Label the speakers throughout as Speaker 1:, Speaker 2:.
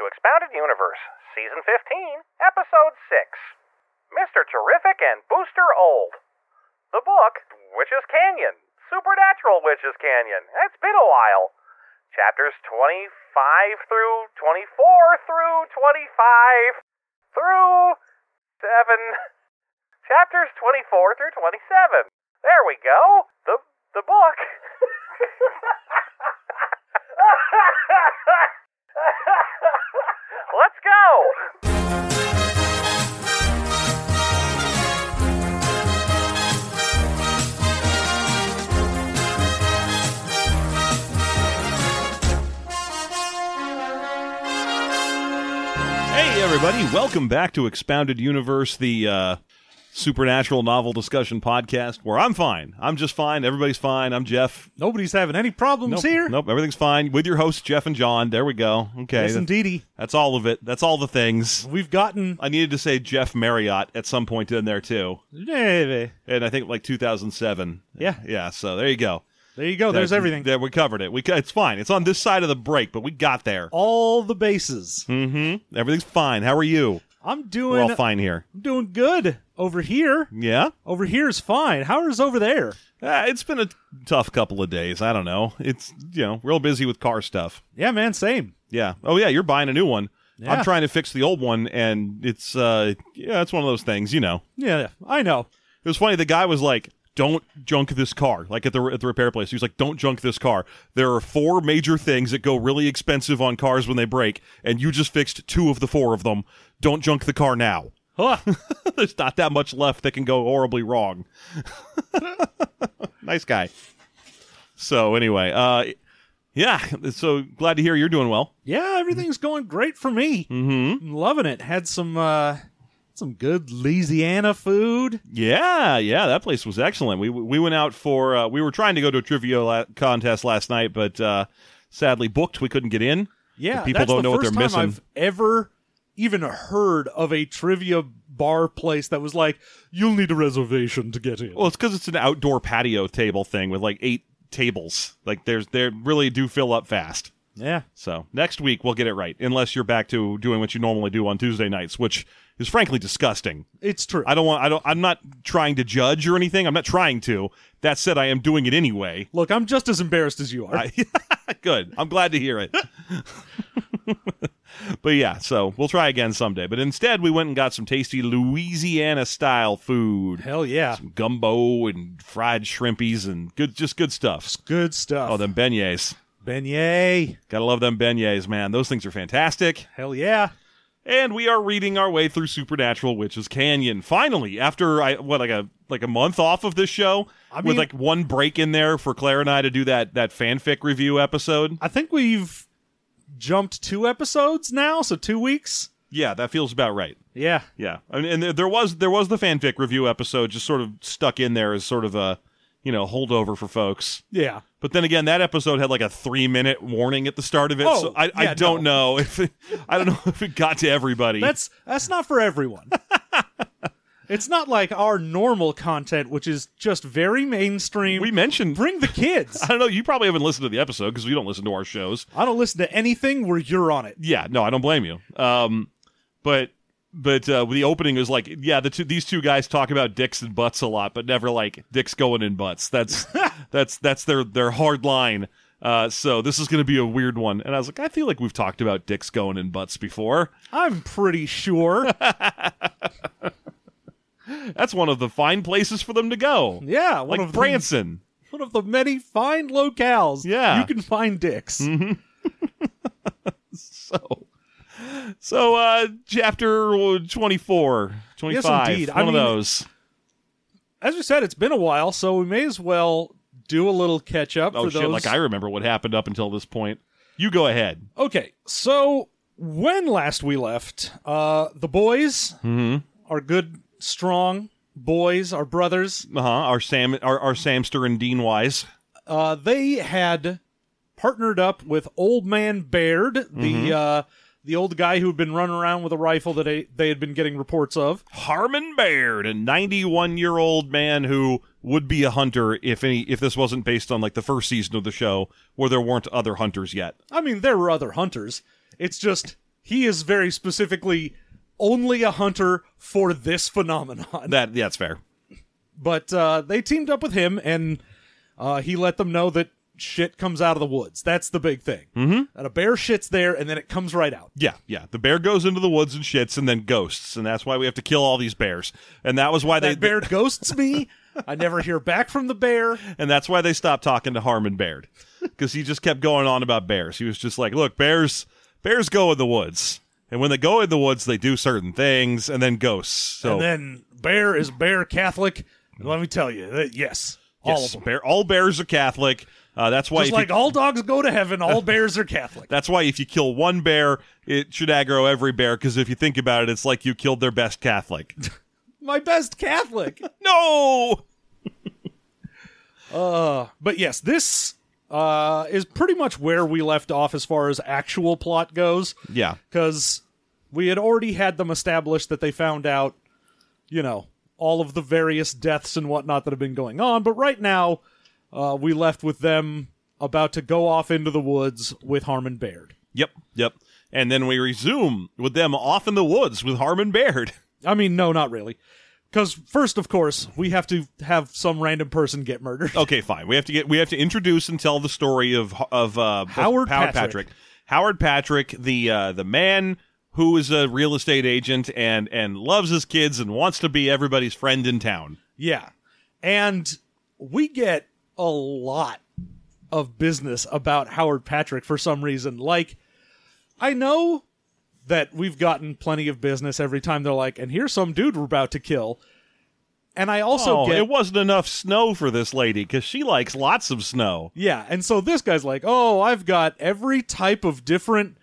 Speaker 1: to Expounded Universe, Season 15, Episode 6 Mr. Terrific and Booster Old. The book, Witch's Canyon, Supernatural Witch's Canyon. It's been a while. Chapters 25 through 24 through 25 through 7. Chapters 24 through 27. There we go. The, the book. Let's go.
Speaker 2: Hey, everybody, welcome back to Expounded Universe, the uh, supernatural novel discussion podcast where I'm fine. I'm just fine. Everybody's fine. I'm Jeff.
Speaker 3: Nobody's having any problems here.
Speaker 2: Nope, everything's fine with your hosts, Jeff and John. There we go. Okay.
Speaker 3: Yes, indeedy.
Speaker 2: That's all of it. That's all the things.
Speaker 3: We've gotten.
Speaker 2: I needed to say Jeff Marriott at some point in there, too.
Speaker 3: There
Speaker 2: And I think like 2007.
Speaker 3: Yeah.
Speaker 2: Yeah. So there you go.
Speaker 3: you go. Oh, There's
Speaker 2: That-
Speaker 3: everything.
Speaker 2: There, we covered it. We, co- it's fine. It's on this side of the break, but we got there.
Speaker 3: All the bases.
Speaker 2: Mm-hmm. Everything's fine. How are you?
Speaker 3: I'm
Speaker 2: We're
Speaker 3: doing.
Speaker 2: all fine here.
Speaker 3: I'm doing good over here.
Speaker 2: Yeah?
Speaker 3: Over here is fine. How is over there?
Speaker 2: Uh, it's been a tough couple of days. I don't know. It's you know real busy with car stuff.
Speaker 3: Yeah, man. Same.
Speaker 2: Yeah. Oh yeah, you're buying a new one.
Speaker 3: Yeah.
Speaker 2: I'm trying to fix the old one, and it's uh yeah, it's one of those things. You know,
Speaker 3: Yeah, I know.
Speaker 2: it was funny. The guy was like, "Don't junk this car." Like at the at the repair place, he was like, "Don't junk this car." There are four major things that go really expensive on cars when they break, and you just fixed two of the four of them. Don't junk the car now.
Speaker 3: Huh.
Speaker 2: There's not that much left that can go horribly wrong. nice guy. So anyway, uh yeah, so glad to hear you're doing well.
Speaker 3: yeah, everything's going great for me. Mm-hmm. I'm loving it. Had some uh, some good Louisiana food.
Speaker 2: Yeah, yeah, that place was excellent. We we went out for uh we were trying to go to a trivia la- contest last night, but uh sadly booked, we couldn't get in.
Speaker 3: Yeah,
Speaker 2: The people
Speaker 3: that's
Speaker 2: don't
Speaker 3: the
Speaker 2: know what
Speaker 3: first
Speaker 2: they're
Speaker 3: time
Speaker 2: missing.
Speaker 3: I've ever even heard of a trivia bar place that was like, you'll need a reservation to get in.
Speaker 2: Well, it's cuz it's an outdoor patio table thing with like eight tables. Like there's they really do fill up fast.
Speaker 3: yeah,
Speaker 2: So next week we'll get it right, unless you're back to doing what you normally do on Tuesday nights, which is frankly disgusting.
Speaker 3: it's true.
Speaker 2: I don't want. I don't. I'm not trying to judge or anything. I'm not trying to. That said, I am doing it anyway.
Speaker 3: Look, I'm just as embarrassed as you are.
Speaker 2: I, good. I'm glad to hear it. but yeah, so we'll try again someday. But instead, we went and got some tasty Louisiana style food,
Speaker 3: Hell yeah.
Speaker 2: gumbo and fried shrimpies and good, just good stuff.
Speaker 3: Good stuff.
Speaker 2: Oh, them beignets.
Speaker 3: beignet.
Speaker 2: Gotta love them beignets, man. Those things are fantastic.
Speaker 3: Hell yeah.
Speaker 2: And we are reading our way through Supernatural Witches Canyon. Finally, after I what like a like a month off of this show,
Speaker 3: I
Speaker 2: with
Speaker 3: mean-
Speaker 2: like one break in there for Claire and I to do that that fanfic review episode.
Speaker 3: I think we've jumped two episodes now, so two weeks.
Speaker 2: Yeah, that feels about right.
Speaker 3: Yeah.
Speaker 2: Yeah, I mean, and there, there was there was the fanfic review episode just sort of stuck in there as sort of a you know holdover for folks.
Speaker 3: Yeah.
Speaker 2: But then again, that episode had like a three minute warning at the start of it,
Speaker 3: Oh,
Speaker 2: so I, I
Speaker 3: yeah,
Speaker 2: don't know if it, I don't know if it got to everybody.
Speaker 3: That's that's not for everyone. it's not like our normal content, which is just very mainstream.
Speaker 2: we mentioned.
Speaker 3: bring the kids.
Speaker 2: I don't know. You probably haven't listened to the episode because you don't listen to our shows.
Speaker 3: I don't listen to anything where you're on it.
Speaker 2: Yeah, no, I don't blame you. Um, but but uh, the opening is like, yeah, the two, these two guys talk about dicks and butts a lot, but never like dicks going in butts. That's that's that's their their hard line. Uh, so this is going to be a weird one. And I was like, I feel like we've talked about dicks going in butts before.
Speaker 3: I'm pretty sure.
Speaker 2: That's one of the fine places for them to go.
Speaker 3: Yeah, one
Speaker 2: like
Speaker 3: of the-
Speaker 2: Branson.
Speaker 3: one of the many fine locales.
Speaker 2: Yeah. Mm-hmm.
Speaker 3: You can find dicks.
Speaker 2: So so uh, chapter 24, 25,
Speaker 3: indeed. I
Speaker 2: one of
Speaker 3: mean-
Speaker 2: those.
Speaker 3: as we said, it's been a while, so we may as well do a little catch up
Speaker 2: Oh
Speaker 3: for
Speaker 2: shit!
Speaker 3: those.
Speaker 2: Like I remember what happened up until this point. You go ahead.
Speaker 3: okay, so when last we left, uh, the boys,
Speaker 2: Mm-hmm.
Speaker 3: our good, strong boys, our brothers,
Speaker 2: Uh huh. Our Sam, our, our Samster and Dean Wise.
Speaker 3: uh, they had partnered up with Old Man Baird, the uh, the old guy who had been running around with a rifle that they, they had been getting reports of.
Speaker 2: Harmon Baird, a 91 year old man who would be a hunter if any if this wasn't based on like the first season of the show where there weren't other hunters yet.
Speaker 3: I mean, there were other hunters. It's just he is very specifically only a hunter for this phenomenon.
Speaker 2: That yeah, that's fair.
Speaker 3: But uh, they teamed up with him, and uh, he let them know that shit comes out of the woods. That's the big thing. Mm-hmm. That a bear shits there, and then it comes right out.
Speaker 2: Yeah, yeah. The bear goes into the woods and shits, and then ghosts, and that's why we have to kill all these bears. And that was why they
Speaker 3: That bear ghosts me. I never hear back from the bear.
Speaker 2: and that's why they stopped talking to Harmon Baird because he just kept going on about bears. He was just like, "Look, bears, bears go in the woods, and when they go in the woods, they do certain things, and then ghosts. So
Speaker 3: And then bear is bear Catholic. And let me tell you, that, yes, all of
Speaker 2: yes,
Speaker 3: them.
Speaker 2: bear, all bears are Catholic. Uh, that's why
Speaker 3: Just
Speaker 2: if you-
Speaker 3: like all dogs go to heaven, all bears are Catholic.
Speaker 2: That's why if you kill one bear, it should aggro every bear because if you think about it, it's like you killed their best Catholic.
Speaker 3: My best Catholic.
Speaker 2: no,
Speaker 3: Uh, but yes, this uh, is pretty much where we left off as far as actual plot goes,
Speaker 2: yeah,
Speaker 3: because we had already had them established that they found out, you know, all of the various deaths and whatnot that have been going on. But right now, uh, we left with them about to go off into the woods with Harmon Baird.
Speaker 2: yep, yep. And then we resume with them off in the woods with Harmon Baird.
Speaker 3: I mean, no, not really. Because first, of course, we have to have some random person get murdered.
Speaker 2: Okay, fine. We have to get we have to introduce and tell the story of of uh,
Speaker 3: Howard
Speaker 2: of Howard
Speaker 3: Patrick.
Speaker 2: Patrick. Howard Patrick, the uh, the man who is a real estate agent and and loves his kids and wants to be everybody's friend in town.
Speaker 3: Yeah. And we get a lot of business about Howard Patrick for some reason. Like, I know that we've gotten plenty of business every time they're like, and here's some dude we're about to kill. And I also
Speaker 2: oh,
Speaker 3: get.
Speaker 2: it wasn't enough snow for this lady because she likes lots of snow.
Speaker 3: yeah. And so this guy's like, oh, I've got every type of different,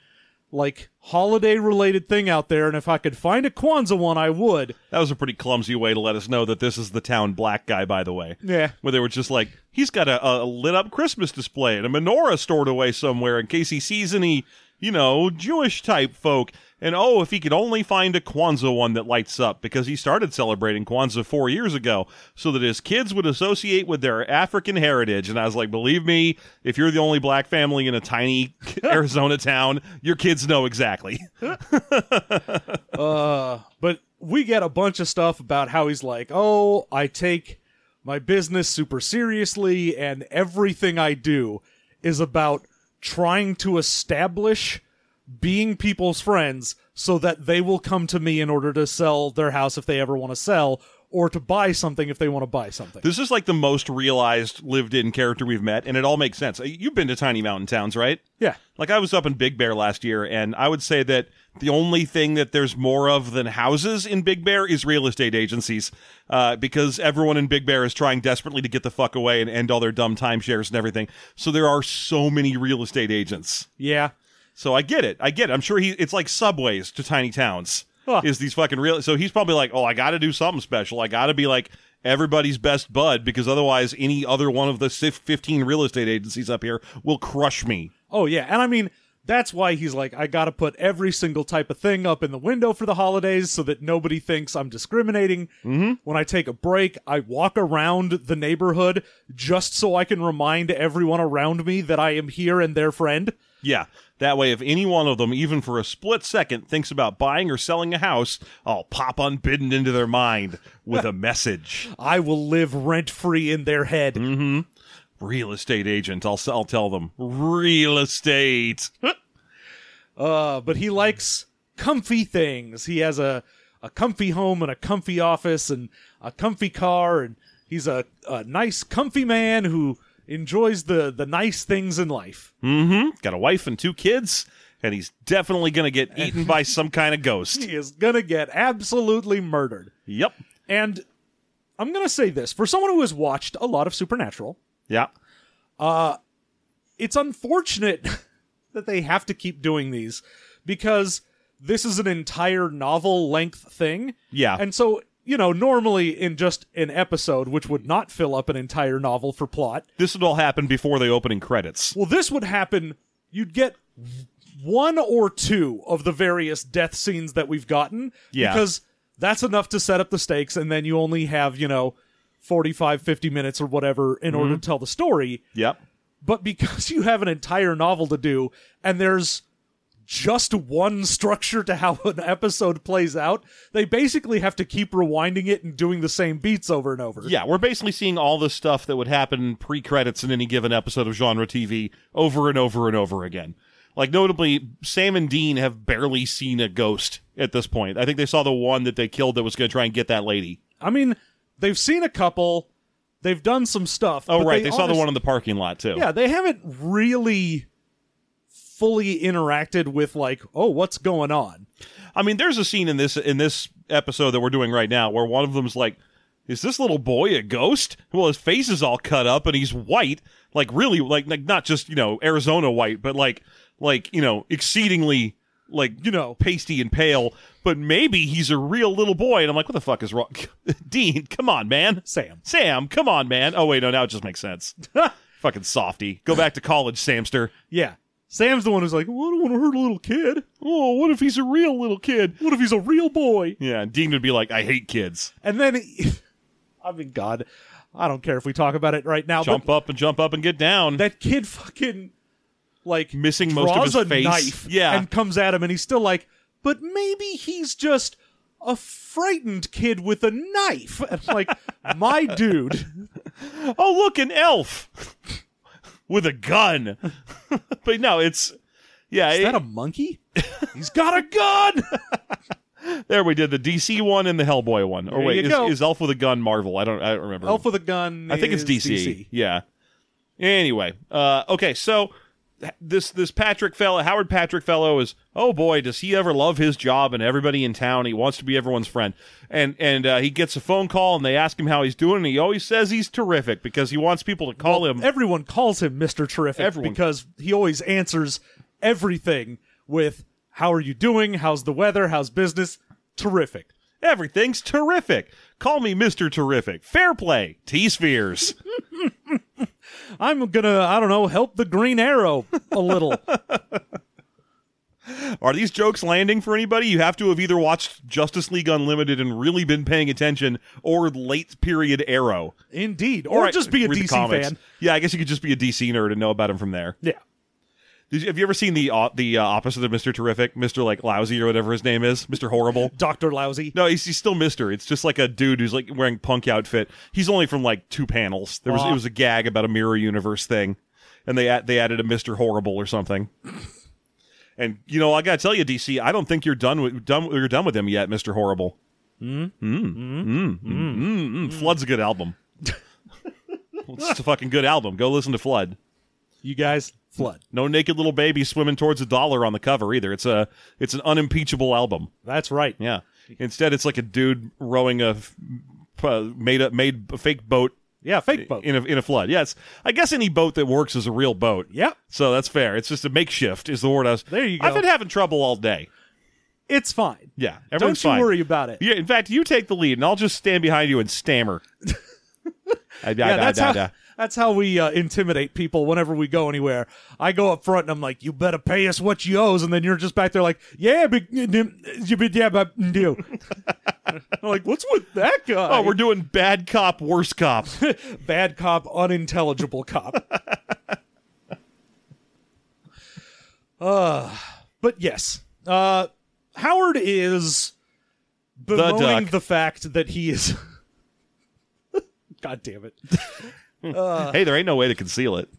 Speaker 3: like, holiday related thing out there. And if I could find a Kwanzaa one, I would.
Speaker 2: That was a pretty clumsy way to let us know that this is the town black guy, by the way.
Speaker 3: Yeah.
Speaker 2: Where they were just like, he's got a, a lit up Christmas display and a menorah stored away somewhere in case he sees any, you know, Jewish type folk. And oh, if he could only find a Kwanzaa one that lights up, because he started celebrating Kwanzaa four years ago, so that his kids would associate with their African heritage. And I was like, believe me, if you're the only black family in a tiny Arizona town, your kids know exactly.
Speaker 3: Uh, but we get a bunch of stuff about how he's like, oh, I take my business super seriously, and everything I do is about trying to establish being people's friends so that they will come to me in order to sell their house if they ever want to sell or to buy something if they want to buy something.
Speaker 2: This is like the most realized, lived in character we've met, and it all makes sense. Uh, You've been to tiny mountain towns, right?
Speaker 3: Yeah.
Speaker 2: Like, I was up in Big Bear last year, and I would say that the only thing that there's more of than houses in Big Bear is real estate agencies, uh, because everyone in Big Bear is trying desperately to get the fuck away and end all their dumb timeshares and everything. So there are so many real estate agents.
Speaker 3: Yeah.
Speaker 2: So I get it. I get it. I'm sure he. It's like subways to tiny towns.
Speaker 3: Huh.
Speaker 2: Is these fucking real? So he's probably like, oh, I got to do something special. I got to be like everybody's best bud because otherwise, any other one of the si- 15 real estate agencies up here will crush me.
Speaker 3: Oh yeah, and I mean that's why he's like, I gotta put every single type of thing up in the window for the holidays so that nobody thinks I'm discriminating. Mm-hmm. When I take a break, I walk around the neighborhood just so I can remind everyone around me that I am here and their friend.
Speaker 2: Yeah. That way, if any one of them, even for a split second, thinks about buying or selling a house, I'll pop unbidden into their mind with a message.
Speaker 3: I will live rent free in their head.
Speaker 2: Real estate agent. I'll, s- I'll tell them real estate.
Speaker 3: Uh, but he likes comfy things. He has a, a comfy home and a comfy office and a comfy car, and he's a, a nice, comfy man who enjoys the, the nice things in life.
Speaker 2: Mm-hmm. Got a wife and two kids, and he's definitely gonna get eaten by some kind of ghost.
Speaker 3: He is going to get absolutely murdered.
Speaker 2: Yep.
Speaker 3: And I'm going to say this for someone who has watched a lot of Supernatural,
Speaker 2: Yeah.
Speaker 3: it's unfortunate that they have to keep doing these because this is an entire novel length thing.
Speaker 2: Yeah.
Speaker 3: And so, you know, normally in just an episode, which would not fill up an entire novel for plot,
Speaker 2: This would all happen before the opening credits.
Speaker 3: well, this would happen. You'd get one or two of the various death scenes that we've gotten
Speaker 2: Yeah.
Speaker 3: because that's enough to set up the stakes, and then you only have, you know, 45, 50 minutes or whatever in order
Speaker 2: Mm-hmm.
Speaker 3: to tell the story
Speaker 2: Yep.
Speaker 3: but because you have an entire novel to do and there's just one structure to how an episode plays out. They basically have to keep rewinding it and doing the same beats over and over.
Speaker 2: Yeah, we're basically seeing all the stuff that would happen pre credits in any given episode of genre TV over and over and over again. Like, notably, Sam and Dean have barely seen a ghost at this point. I think they saw the one that they killed that was going to try and get that lady.
Speaker 3: I mean, they've seen a couple, they've done some stuff.
Speaker 2: Oh,
Speaker 3: but
Speaker 2: right. They, saw the
Speaker 3: honest-
Speaker 2: one in the parking lot, too.
Speaker 3: Yeah, they haven't really fully interacted with like, oh, what's going on?
Speaker 2: I mean, there's a scene in this in this episode that we're doing right now where one of them's like, "Is this little boy a ghost?" Well, his face is all cut up and he's white, like really, like like not just you know Arizona white, but like like you know exceedingly like you know pasty and pale. But maybe he's a real little boy, and I'm like, "What the fuck is wrong, Dean? Come on, man,
Speaker 3: Sam.
Speaker 2: Sam, come on, man." Oh wait, no, now it just makes sense. Fucking softy, go back to college, Samster.
Speaker 3: Yeah. Sam's the one who's like, well, I don't want to hurt a little kid.
Speaker 2: Oh, what if he's a real little kid?
Speaker 3: What if he's a real boy?
Speaker 2: Yeah, and Dean would be like, "I hate kids."
Speaker 3: And then, he- I mean, God, I don't care if we talk about it right now,
Speaker 2: jump
Speaker 3: but
Speaker 2: up and jump up and get down.
Speaker 3: that kid fucking, like,
Speaker 2: Missing most
Speaker 3: draws
Speaker 2: of his
Speaker 3: a
Speaker 2: face.
Speaker 3: knife
Speaker 2: Yeah.
Speaker 3: and comes at him, and he's still like, but maybe he's just a frightened kid with a knife. And I'm like, my dude.
Speaker 2: oh, look, an elf with a gun. but no, it's yeah.
Speaker 3: Is
Speaker 2: it-
Speaker 3: that a monkey? He's got a gun!
Speaker 2: there we did the DC one and the Hellboy one. Or
Speaker 3: There
Speaker 2: wait,
Speaker 3: you
Speaker 2: is,
Speaker 3: go.
Speaker 2: is Elf with a gun Marvel? I don't. I don't remember.
Speaker 3: Elf with a gun.
Speaker 2: I think it's
Speaker 3: is
Speaker 2: DC. Yeah. Anyway, uh, okay, so h- this this Patrick fellow, Howard Patrick fellow, is oh boy, does he ever love his job and everybody in town? He wants to be everyone's friend, and and uh, he gets a phone call and they ask him how he's doing, and he always says he's terrific because he wants people to call him.
Speaker 3: Everyone calls him Mr. Terrific
Speaker 2: Everyone.
Speaker 3: because he always answers everything with how are you doing? How's the weather? How's business? Terrific.
Speaker 2: Everything's terrific. Call me Mister Terrific. Fair play. T spheres.
Speaker 3: I'm gonna, I don't know, help the Green Arrow a little.
Speaker 2: Are these jokes landing for anybody? You have to have either watched Justice League Unlimited and really been paying attention, or late period Arrow.
Speaker 3: Indeed. Or
Speaker 2: Right,
Speaker 3: just be a
Speaker 2: read the
Speaker 3: DC
Speaker 2: comics.
Speaker 3: fan.
Speaker 2: Yeah, I guess you could just be a DC nerd and know about him from there.
Speaker 3: Yeah.
Speaker 2: Did you, have you ever seen the uh, the uh, opposite of Mister Terrific, Mister like Lousy or whatever his name is, Mister Horrible?
Speaker 3: Dr. Lousy.
Speaker 2: No, he's, he's still Mister. It's just like a dude who's like wearing punk outfit. He's only from like two panels. There was
Speaker 3: Aw.
Speaker 2: it was a gag about a mirror universe thing, and they add- they added a Mister Horrible or something. and you know, I gotta tell you, DC, I don't think you're done with done you're done with him yet, Mister Horrible. Mm. Mm. Mm. Mm. Mm. Flood's a good album. it's just a fucking good album. Go listen to Flood.
Speaker 3: You guys, flood.
Speaker 2: No naked little baby swimming towards a dollar on the cover either. It's a it's an unimpeachable album.
Speaker 3: That's right.
Speaker 2: Yeah. Instead, it's like a dude rowing a f- uh, made up made a fake boat
Speaker 3: Yeah, fake boat.
Speaker 2: in a in a flood. Yes, I guess any boat that works is a real boat.
Speaker 3: Yep.
Speaker 2: So that's fair. It's just a makeshift is the word I was.
Speaker 3: There you
Speaker 2: I've
Speaker 3: go.
Speaker 2: been having trouble all day.
Speaker 3: It's fine.
Speaker 2: Yeah,
Speaker 3: Don't you
Speaker 2: everything's fine.
Speaker 3: worry about it.
Speaker 2: Yeah, in fact, you take the lead, and I'll just stand behind you and stammer. I,
Speaker 3: yeah, that's how that's how we uh, intimidate people whenever we go anywhere. I go up front and I'm like, "You better pay us what you owes," and then you're just back there like, "Yeah, but you be yeah, but mm, do." I'm like, what's with that guy?
Speaker 2: Oh, we're doing bad cop, worse cop.
Speaker 3: bad cop, unintelligible cop. uh, Uh, but yes, uh, Howard is bemoaning
Speaker 2: duck.
Speaker 3: the fact that he is. God damn it. Uh.
Speaker 2: hey, there ain't no way to conceal it.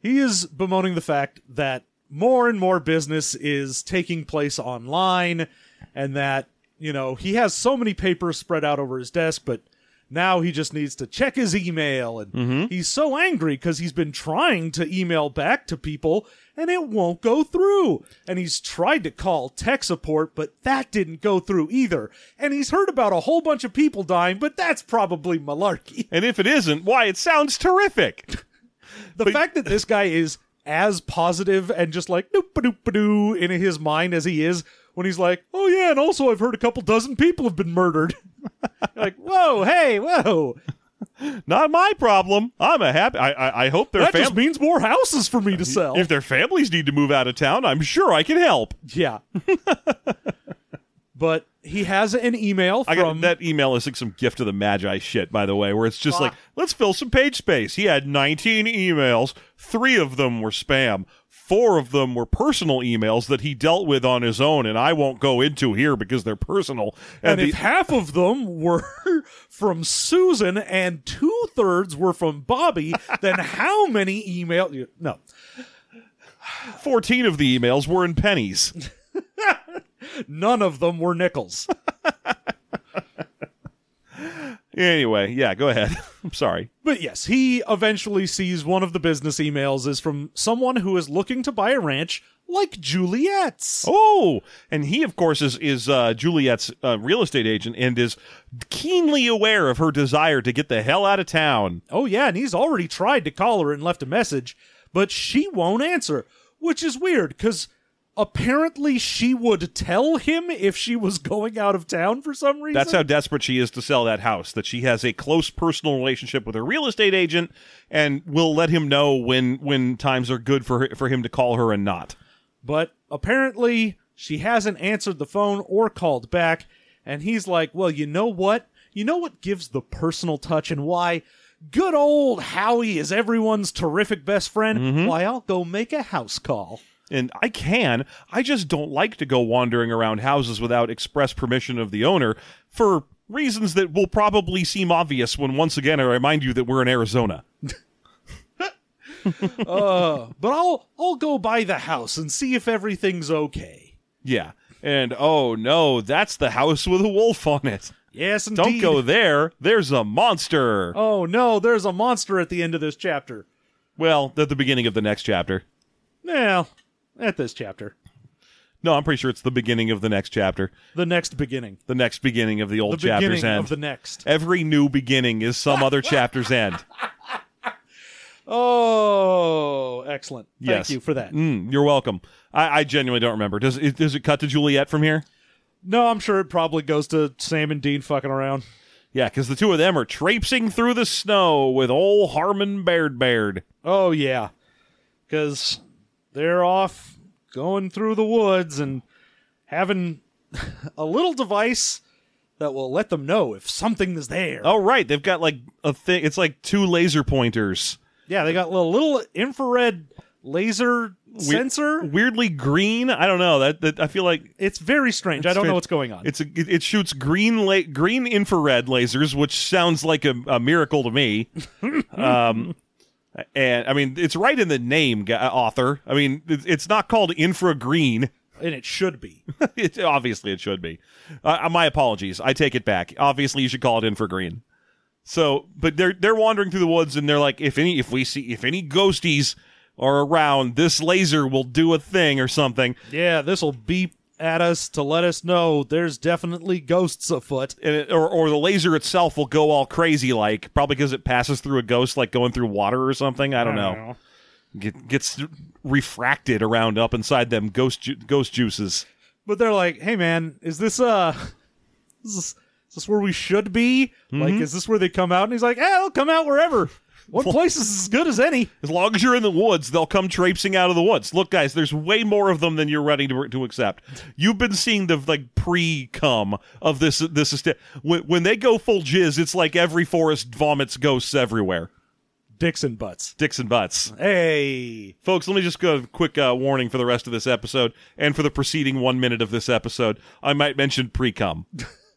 Speaker 3: he is bemoaning the fact that more and more business is taking place online and that you know he has so many papers spread out over his desk but now he just needs to check his email and he's so angry because he's been trying to email back to people and it won't go through and he's tried to call tech support but that didn't go through either and he's heard about a whole bunch of people dying but that's probably malarkey
Speaker 2: And if it isn't, why it sounds terrific.
Speaker 3: the fact that this guy is as positive and just like noop doop doo in his mind as he is when he's like, oh yeah, and also I've heard a couple dozen people have been murdered. like, whoa, hey, whoa,
Speaker 2: Not my problem. I'm a happy. I I, I hope their
Speaker 3: that just
Speaker 2: family.
Speaker 3: means more houses for me to sell.
Speaker 2: If their families need to move out of town, I'm sure I can help.
Speaker 3: yeah. but he has an email
Speaker 2: I
Speaker 3: from
Speaker 2: got that email is like some gift of the magi shit, by the way, where it's just like, let's fill some page space. He had 19 emails. Three of them were spam. Four of them were personal emails that he dealt with on his own, and I won't go into here because they're personal. And,
Speaker 3: and
Speaker 2: uh, the,
Speaker 3: if half of them were from Susan and two thirds were from Bobby, then how many emails? No,
Speaker 2: 14 of the emails were in pennies.
Speaker 3: none of them were nickels.
Speaker 2: anyway, yeah, go ahead. I'm sorry.
Speaker 3: But yes, he eventually sees one of the business emails is from someone who is looking to buy a ranch like Juliet's.
Speaker 2: Oh, and he, of course, is is uh, Juliet's uh, real estate agent and is keenly aware of her desire to get the hell out of town.
Speaker 3: Oh, yeah, and he's already tried to call her and left a message, but she won't answer, which is weird because apparently she would tell him if she was going out of town for some reason.
Speaker 2: That's how desperate she is to sell that house. That she has a close personal relationship with her real estate agent and will let him know when when times are good for her, for him to call her and not.
Speaker 3: but apparently she hasn't answered the phone or called back and he's like well you know what you know what gives the personal touch and why good old howie is everyone's terrific best friend
Speaker 2: Mm-hmm.
Speaker 3: why i'll go make a house call
Speaker 2: And I can. I just don't like to go wandering around houses without express permission of the owner for reasons that will probably seem obvious when once again I remind you that we're in Arizona.
Speaker 3: Uh, but i'll i'll go by the house and see if everything's okay
Speaker 2: Yeah. And oh no, that's the house with a wolf on it.
Speaker 3: yes indeed.
Speaker 2: Don't go there. There's a monster.
Speaker 3: oh no there's a monster at the end of this chapter
Speaker 2: Well, at the beginning of the next chapter.
Speaker 3: well at this chapter
Speaker 2: No, I'm pretty sure it's the beginning of the next chapter.
Speaker 3: the next beginning
Speaker 2: The next beginning of the old
Speaker 3: the
Speaker 2: chapter's
Speaker 3: beginning
Speaker 2: end.
Speaker 3: of the next
Speaker 2: Every new beginning is some other chapter's end.
Speaker 3: Oh, excellent. Thank
Speaker 2: Yes.
Speaker 3: you for that.
Speaker 2: Mm, you're welcome. I, I genuinely don't remember. Does it, does it cut to Juliet from here?
Speaker 3: No, I'm sure it probably goes to Sam and Dean fucking around.
Speaker 2: Yeah, because the two of them are traipsing through the snow with old Harmon Baird Baird.
Speaker 3: Oh, yeah. Because they're off going through the woods and having a little device that will let them know if something is there.
Speaker 2: Oh, right. They've got like a thing. It's like two laser pointers.
Speaker 3: Yeah, they got a little, little infrared laser
Speaker 2: Weir-
Speaker 3: sensor.
Speaker 2: Weirdly green. I don't know. That, that I feel like
Speaker 3: It's very strange. I don't know what's going on.
Speaker 2: It's a, it, it shoots green la- green infrared lasers, which sounds like a, a miracle to me. um, and I mean, it's right in the name, ga- author. I mean, it, it's not called infra green.
Speaker 3: and it should be.
Speaker 2: it, obviously, it should be. Uh, my apologies. I take it back. Obviously, you should call it infra green. So, but they're they're wandering through the woods, and they're like, if any, if we see, if any ghosties are around, this laser will do a thing or something.
Speaker 3: yeah, this will beep at us to let us know there's definitely ghosts afoot.
Speaker 2: and it, or or the laser itself will go all crazy like probably because it passes through a ghost like going through water or something i don't, know, Get, gets refracted around up inside them ghost ju- ghost juices
Speaker 3: but they're like, "Hey, man, is this uh, is this, is this where we should be? Like,
Speaker 2: Mm-hmm.
Speaker 3: is this where they come out?" And he's like, "Yeah, they'll come out wherever. One place is as good as any."
Speaker 2: as long as you're in the woods they'll come traipsing out of the woods look guys there's way more of them than you're ready to, to accept you've been seeing the like pre-cum of this this is when, when they go full jizz it's like every forest vomits ghosts everywhere
Speaker 3: Dixon butts.
Speaker 2: dicks and butts
Speaker 3: Hey,
Speaker 2: Folks, let me just go quick uh, warning for the rest of this episode and for the preceding one minute of this episode. I might mention pre cum.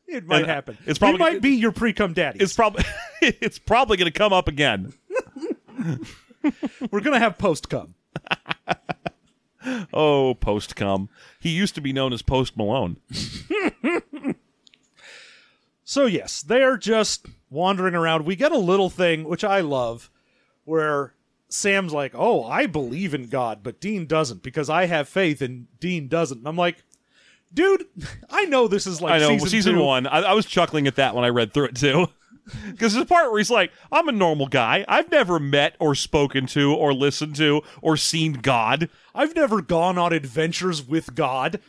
Speaker 3: it might
Speaker 2: And, uh,
Speaker 3: happen.
Speaker 2: it's probably-
Speaker 3: we might be your pre cum daddy.
Speaker 2: It's probably it's probably going to come up again.
Speaker 3: We're gonna have post cum.
Speaker 2: Oh, post cum. He used to be known as Post Malone.
Speaker 3: So yes, they're just wandering around. We get a little thing which I love, where Sam's like, "Oh, I believe in God, but Dean doesn't because I have faith and Dean doesn't." And I'm like. Dude, I know this is like
Speaker 2: I know
Speaker 3: season,
Speaker 2: season,
Speaker 3: two.
Speaker 2: one. I, I was chuckling at that when I read through it too. Because there's a part where he's like, "I'm a normal guy. I've never met or spoken to or listened to or seen God."
Speaker 3: I've never gone on adventures with God.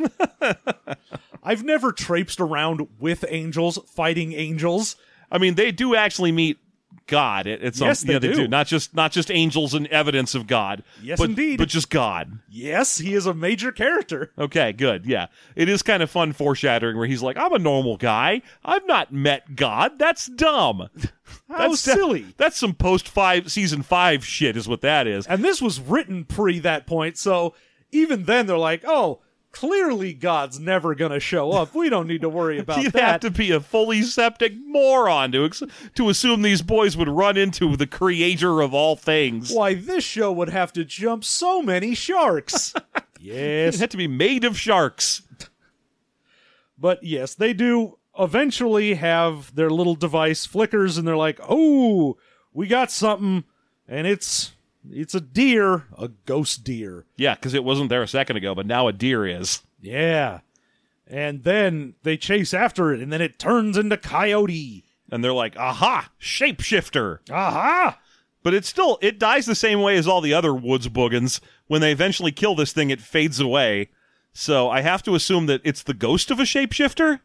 Speaker 3: I've never traipsed around with angels, fighting angels.
Speaker 2: I mean, they do actually meet God. It, it's
Speaker 3: Yes,
Speaker 2: yeah,
Speaker 3: they
Speaker 2: they
Speaker 3: do.
Speaker 2: do. Not just not just angels and evidence of God.
Speaker 3: Yes,
Speaker 2: but,
Speaker 3: indeed.
Speaker 2: But just God.
Speaker 3: Yes, he is a major character.
Speaker 2: Okay, good. Yeah. It is kind of fun foreshadowing where he's like, I'm a normal guy. I've not met God. That's dumb.
Speaker 3: How
Speaker 2: That's def-
Speaker 3: silly.
Speaker 2: That's some post five season five shit is what that is.
Speaker 3: and this was written pre that point, so even then they're like, oh, clearly God's never going to show up. We don't need to worry about
Speaker 2: You'd have
Speaker 3: that.
Speaker 2: to be a fully septic moron to ex- to assume these boys would run into the creator of all things.
Speaker 3: Why, this show would have to jump so many sharks.
Speaker 2: It
Speaker 3: yes.
Speaker 2: had to be made of sharks.
Speaker 3: But yes, they do eventually have their little device flickers and they're like, "Oh, we got something." And it's it's a deer, a ghost deer.
Speaker 2: Yeah, because it wasn't there a second ago, but now a deer is.
Speaker 3: Yeah. And then they chase after it and then it turns into coyote.
Speaker 2: And they're like, aha, shapeshifter.
Speaker 3: Aha!
Speaker 2: But it still it dies the same way as all the other woods boogans. When they eventually kill this thing, it fades away. So I have to assume that it's the ghost of a shapeshifter?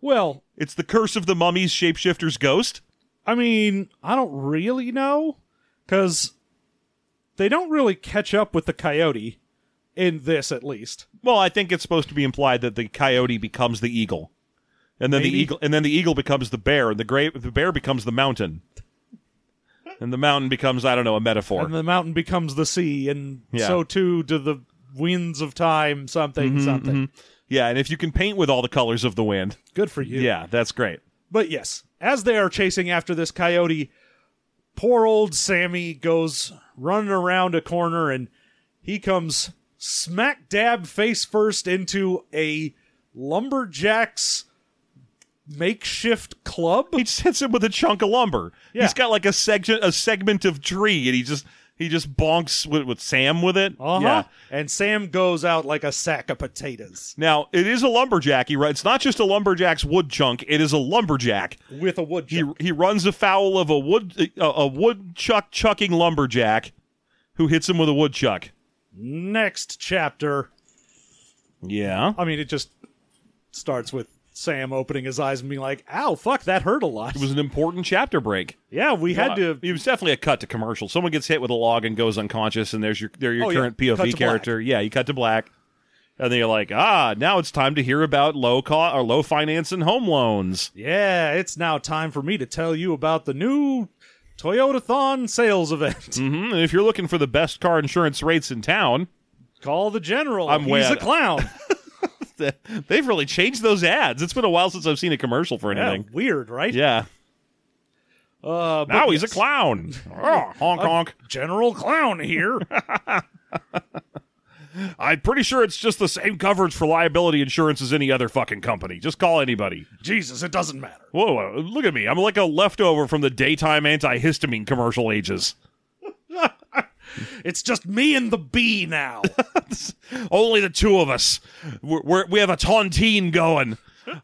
Speaker 3: Well,
Speaker 2: It's the curse of the mummy's shapeshifter's ghost?
Speaker 3: I mean, I don't really know cuz they don't really catch up with the coyote in this at least.
Speaker 2: Well, I think it's supposed to be implied that the coyote becomes the eagle, and then
Speaker 3: Maybe.
Speaker 2: the eagle, and then the eagle becomes the bear, and the gray, the bear becomes the mountain, and the mountain becomes I don't know a metaphor.
Speaker 3: and the mountain becomes the sea, and
Speaker 2: Yeah. Mm-hmm,
Speaker 3: so too do the winds of time. Something, something.
Speaker 2: yeah, and if you can paint with all the colors of the wind,
Speaker 3: Good for you.
Speaker 2: yeah, that's great.
Speaker 3: But yes, as they are chasing after this coyote, poor old Sammy goes running around a corner, and he comes smack dab face first into a lumberjack's makeshift club.
Speaker 2: He just hits him with a chunk of lumber.
Speaker 3: Yeah.
Speaker 2: He's got like a section, a segment of tree, and he just he just bonks with, with Sam with it.
Speaker 3: Uh huh.
Speaker 2: Yeah.
Speaker 3: And Sam goes out like a sack of potatoes
Speaker 2: Now it is a lumberjack. He ri- It's not just a lumberjack's wood chunk. It is a lumberjack.
Speaker 3: with a wood.
Speaker 2: he he runs afoul of a wood a, a woodchuck chucking lumberjack who hits him with a woodchuck.
Speaker 3: Next chapter.
Speaker 2: Yeah.
Speaker 3: I mean, it just starts with Sam opening his eyes and being like, "Ow, fuck, that hurt a lot."
Speaker 2: It was an important chapter break.
Speaker 3: yeah, we had to.
Speaker 2: It was definitely a cut to commercial. Someone gets hit with a log and goes unconscious, and there's your there your
Speaker 3: Oh, yeah.
Speaker 2: current
Speaker 3: Cut
Speaker 2: POV
Speaker 3: to
Speaker 2: character. Yeah, you cut to black, and then you're like, ah, now it's time to hear about low cost or low finance and home loans.
Speaker 3: Yeah, it's now time for me to tell you about the new Toyota Thon sales event.
Speaker 2: hmm And if you're looking for the best car insurance rates in town,
Speaker 3: Call the general.
Speaker 2: I'm way
Speaker 3: He's a
Speaker 2: out-
Speaker 3: clown.
Speaker 2: they've really changed those ads. It's been a while since I've seen a commercial for
Speaker 3: yeah,
Speaker 2: anything.
Speaker 3: weird, right?
Speaker 2: Yeah.
Speaker 3: Uh, but
Speaker 2: Now he's a
Speaker 3: yes,
Speaker 2: clown. Oh, honk honk.
Speaker 3: General clown here.
Speaker 2: I'm pretty sure it's just the same coverage for liability insurance as any other fucking company. Just call anybody.
Speaker 3: Jesus, it doesn't matter.
Speaker 2: Whoa, whoa, look at me. I'm like a leftover from the daytime antihistamine commercial ages.
Speaker 3: It's just me and the bee now.
Speaker 2: Only the two of us. We're, we're, we have a tontine going.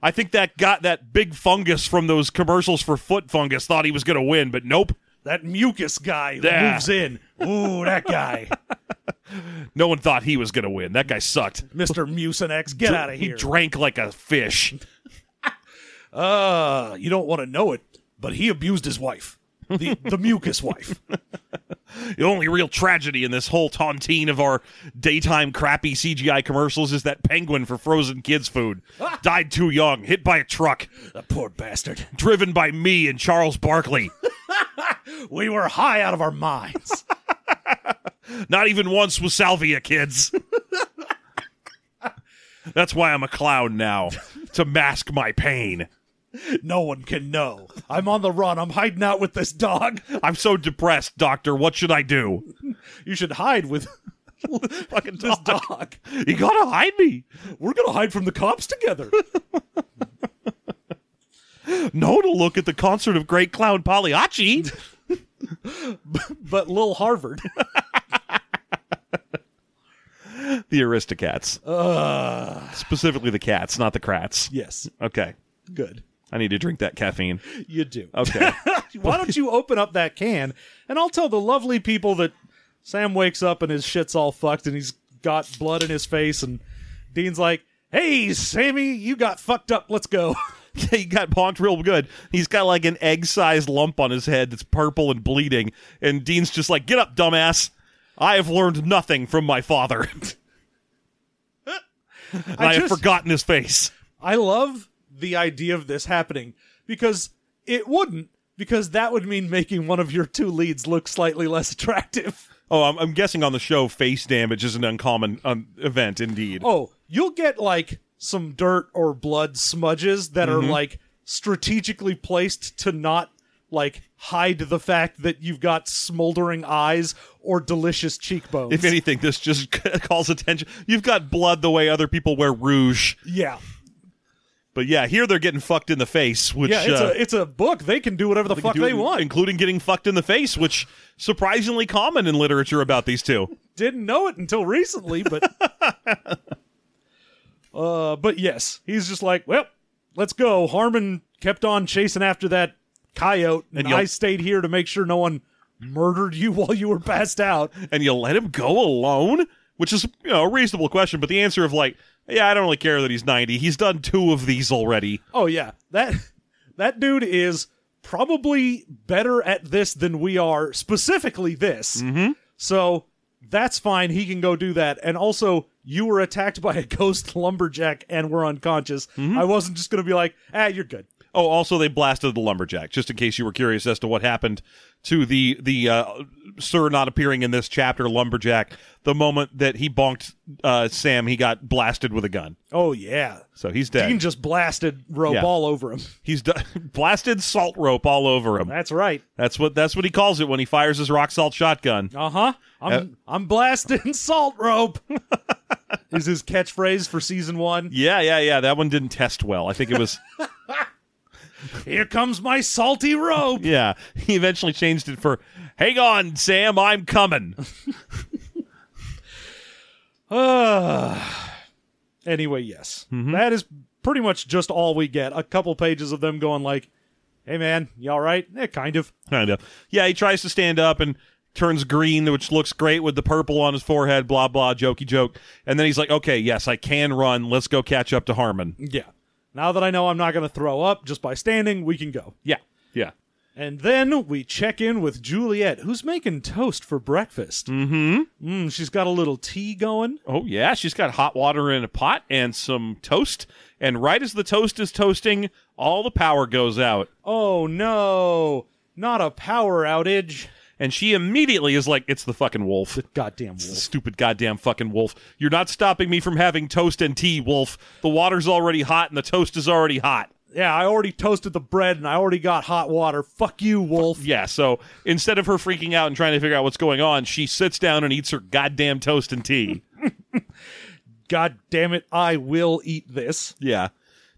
Speaker 2: I think that got that big fungus from those commercials for foot fungus thought he was going to win, but nope.
Speaker 3: that mucus guy
Speaker 2: Yeah.
Speaker 3: moves in. Ooh, that guy,
Speaker 2: No one thought he was going to win. That guy sucked.
Speaker 3: Mister Mucinex, get out of
Speaker 2: He
Speaker 3: here.
Speaker 2: drank like a fish.
Speaker 3: Uh, you don't want to know it, but he abused his wife. The the mucus wife.
Speaker 2: The only real tragedy in this whole tontine of our daytime crappy CGI commercials is that penguin for frozen kids food. Died too young, hit by a truck,
Speaker 3: The poor bastard.
Speaker 2: driven by me and Charles Barkley.
Speaker 3: We were high out of our minds.
Speaker 2: Not even once was salvia, kids. That's why I'm a clown now, to mask my pain.
Speaker 3: no one can know. I'm on the run. I'm hiding out with this dog.
Speaker 2: I'm so depressed, doctor. What should I do?
Speaker 3: You should hide with
Speaker 2: Fucking
Speaker 3: this
Speaker 2: dog.
Speaker 3: dog.
Speaker 2: You gotta hide me.
Speaker 3: We're gonna hide from the cops together.
Speaker 2: No one will look at the concert of great clown Pagliacci.
Speaker 3: but Lil Harvard.
Speaker 2: the Aristocats. Specifically the cats, not the crats.
Speaker 3: Uh, Yes.
Speaker 2: Okay.
Speaker 3: Good.
Speaker 2: I need to drink that caffeine.
Speaker 3: You do.
Speaker 2: Okay.
Speaker 3: Why don't you open up that can and I'll tell the lovely people that Sam wakes up and his shit's all fucked and he's got blood in his face and Dean's like, "Hey, Sammy, you got fucked up. Let's go."
Speaker 2: he got bonked real good. He's got like an egg sized lump on his head that's purple and bleeding. And Dean's just like, get up, dumbass. I have learned nothing from my father. And I, have
Speaker 3: just-
Speaker 2: forgotten his face.
Speaker 3: I love the idea of this happening because it wouldn't, because that would mean making one of your two leads look slightly less attractive.
Speaker 2: Oh, I'm, I'm guessing on the show, face damage is an uncommon um, event indeed.
Speaker 3: Oh, you'll get like some dirt or blood smudges that are like strategically placed to not like hide the fact that you've got smoldering eyes or delicious cheekbones.
Speaker 2: If anything, this just calls attention. You've got blood the way other people wear rouge.
Speaker 3: yeah.
Speaker 2: But yeah, here they're getting fucked in the face, which
Speaker 3: Yeah, it's
Speaker 2: uh,
Speaker 3: a it's a book. They can do whatever the fuck
Speaker 2: do-
Speaker 3: they want.
Speaker 2: including getting fucked in the face, which surprisingly common in literature about these two.
Speaker 3: Didn't know it until recently, but uh, but yes, he's just like, well, let's go. Harmon kept on chasing after that coyote, and,
Speaker 2: And you'll-
Speaker 3: I stayed here to make sure no one murdered you while you were passed out.
Speaker 2: And you let him go alone, which is you know a reasonable question, but the answer of like, yeah, I don't really care that he's ninety. He's done two of these already.
Speaker 3: Oh yeah, that that dude is probably better at this than we are, specifically this. So that's fine. He can go do that. And also, you were attacked by a ghost lumberjack and were unconscious. I wasn't just going to be like, ah, you're good.
Speaker 2: Oh, also they blasted the lumberjack, just in case you were curious as to what happened to the the uh, sir not appearing in this chapter lumberjack. The moment that he bonked uh, Sam, he got blasted with a gun,
Speaker 3: Oh yeah,
Speaker 2: so he's dead.
Speaker 3: Dean just blasted rope
Speaker 2: Yeah.
Speaker 3: all over him.
Speaker 2: he's d- blasted salt rope all over him.
Speaker 3: That's right.
Speaker 2: That's what that's what he calls it when he fires his rock salt shotgun.
Speaker 3: Uh huh. I'm
Speaker 2: Yep.
Speaker 3: I'm blasting salt rope. is his catchphrase for season one?
Speaker 2: Yeah, yeah, yeah. That one didn't test well. I think it was
Speaker 3: Here comes my salty rope.
Speaker 2: yeah. He eventually changed it for "Hang on, Sam, I'm coming."
Speaker 3: Ah. anyway, yes. That is pretty much just all we get. A couple pages of them going like, "Hey man, you all right?" Yeah, kind of.
Speaker 2: kind of. Yeah, he tries to stand up and turns green, which looks great with the purple on his forehead. Blah blah, jokey joke. And then he's like, "Okay, yes, I can run. Let's go catch up to Harmon."
Speaker 3: Yeah. Now that I know I'm not going to throw up just by standing, we can go.
Speaker 2: Yeah, yeah.
Speaker 3: And then we check in with Juliet, who's making toast for breakfast. Mm-hmm. Mm, she's got a little tea going.
Speaker 2: Oh yeah, she's got hot water in a pot and some toast. And right as the toast is toasting, all the power goes out.
Speaker 3: Oh no, not a power outage.
Speaker 2: And she immediately is like, "It's the fucking wolf."
Speaker 3: Goddamn wolf.
Speaker 2: Stupid goddamn fucking wolf. You're not stopping me from having toast and tea, wolf. The water's already hot and the toast is already hot.
Speaker 3: Yeah, I already toasted the bread and I already got hot water. Fuck you, wolf.
Speaker 2: Yeah, so instead of her freaking out and trying to figure out what's going on, she sits down and eats her goddamn toast and tea.
Speaker 3: God damn it, I will eat this.
Speaker 2: yeah.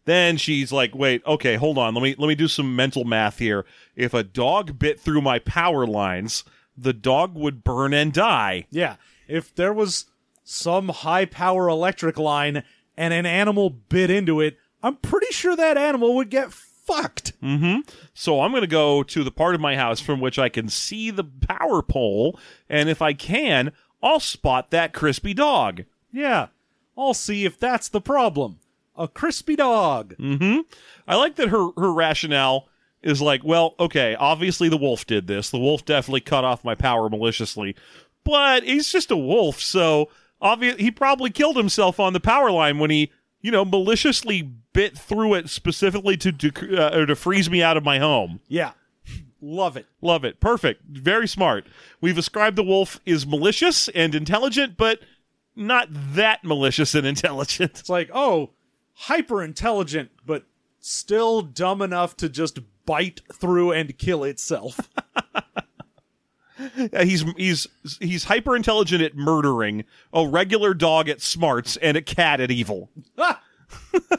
Speaker 2: Then she's like, "Wait, okay, hold on. Let me let me do some mental math here. If a dog bit through my power lines, the dog would burn and die."
Speaker 3: Yeah. If there was some high power electric line and an animal bit into it, I'm pretty sure that animal would get fucked.
Speaker 2: So I'm going to go to the part of my house from which I can see the power pole, and if I can, I'll spot that crispy dog.
Speaker 3: Yeah. I'll see if that's the problem. A crispy dog.
Speaker 2: I like that her her rationale is like, well, okay, obviously the wolf did this. The wolf definitely cut off my power maliciously, but he's just a wolf, so obvious he probably killed himself on the power line when he, you know, maliciously bit through it specifically to dec- uh, or to freeze me out of my home.
Speaker 3: Yeah. Love it.
Speaker 2: Love it. Perfect. Very smart. We've ascribed the wolf is malicious and intelligent, but not that malicious and intelligent.
Speaker 3: It's like, oh, hyper intelligent, but still dumb enough to just bite through and kill itself.
Speaker 2: Uh, he's he's he's hyper intelligent at murdering, a regular dog at smarts, and a cat at evil.
Speaker 3: Ah!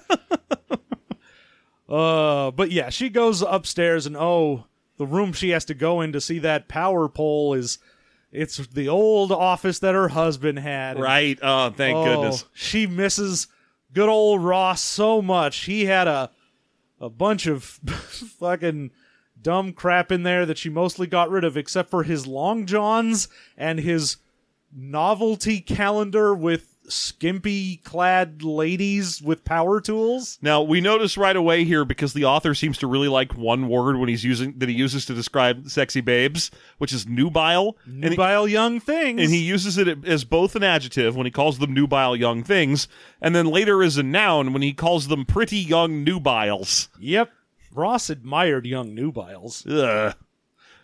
Speaker 3: Uh, but yeah, she goes upstairs, and oh, the room she has to go in to see that power pole is. It's the old office that her husband had. and
Speaker 2: Right? Oh, thank
Speaker 3: Oh,
Speaker 2: goodness.
Speaker 3: She misses good old Ross so much. He had a a bunch of fucking dumb crap in there that she mostly got rid of, except for his long johns and his novelty calendar with skimpy clad ladies with power tools.
Speaker 2: Now we notice right away here because the author seems to really like one word when he's using that he uses to describe sexy babes, which is nubile. And he-
Speaker 3: Nubile young things.
Speaker 2: and he uses it as both an adjective when he calls them nubile young things, and then later as a noun when he calls them pretty young nubiles.
Speaker 3: yep. Ross admired young nubiles
Speaker 2: Ugh.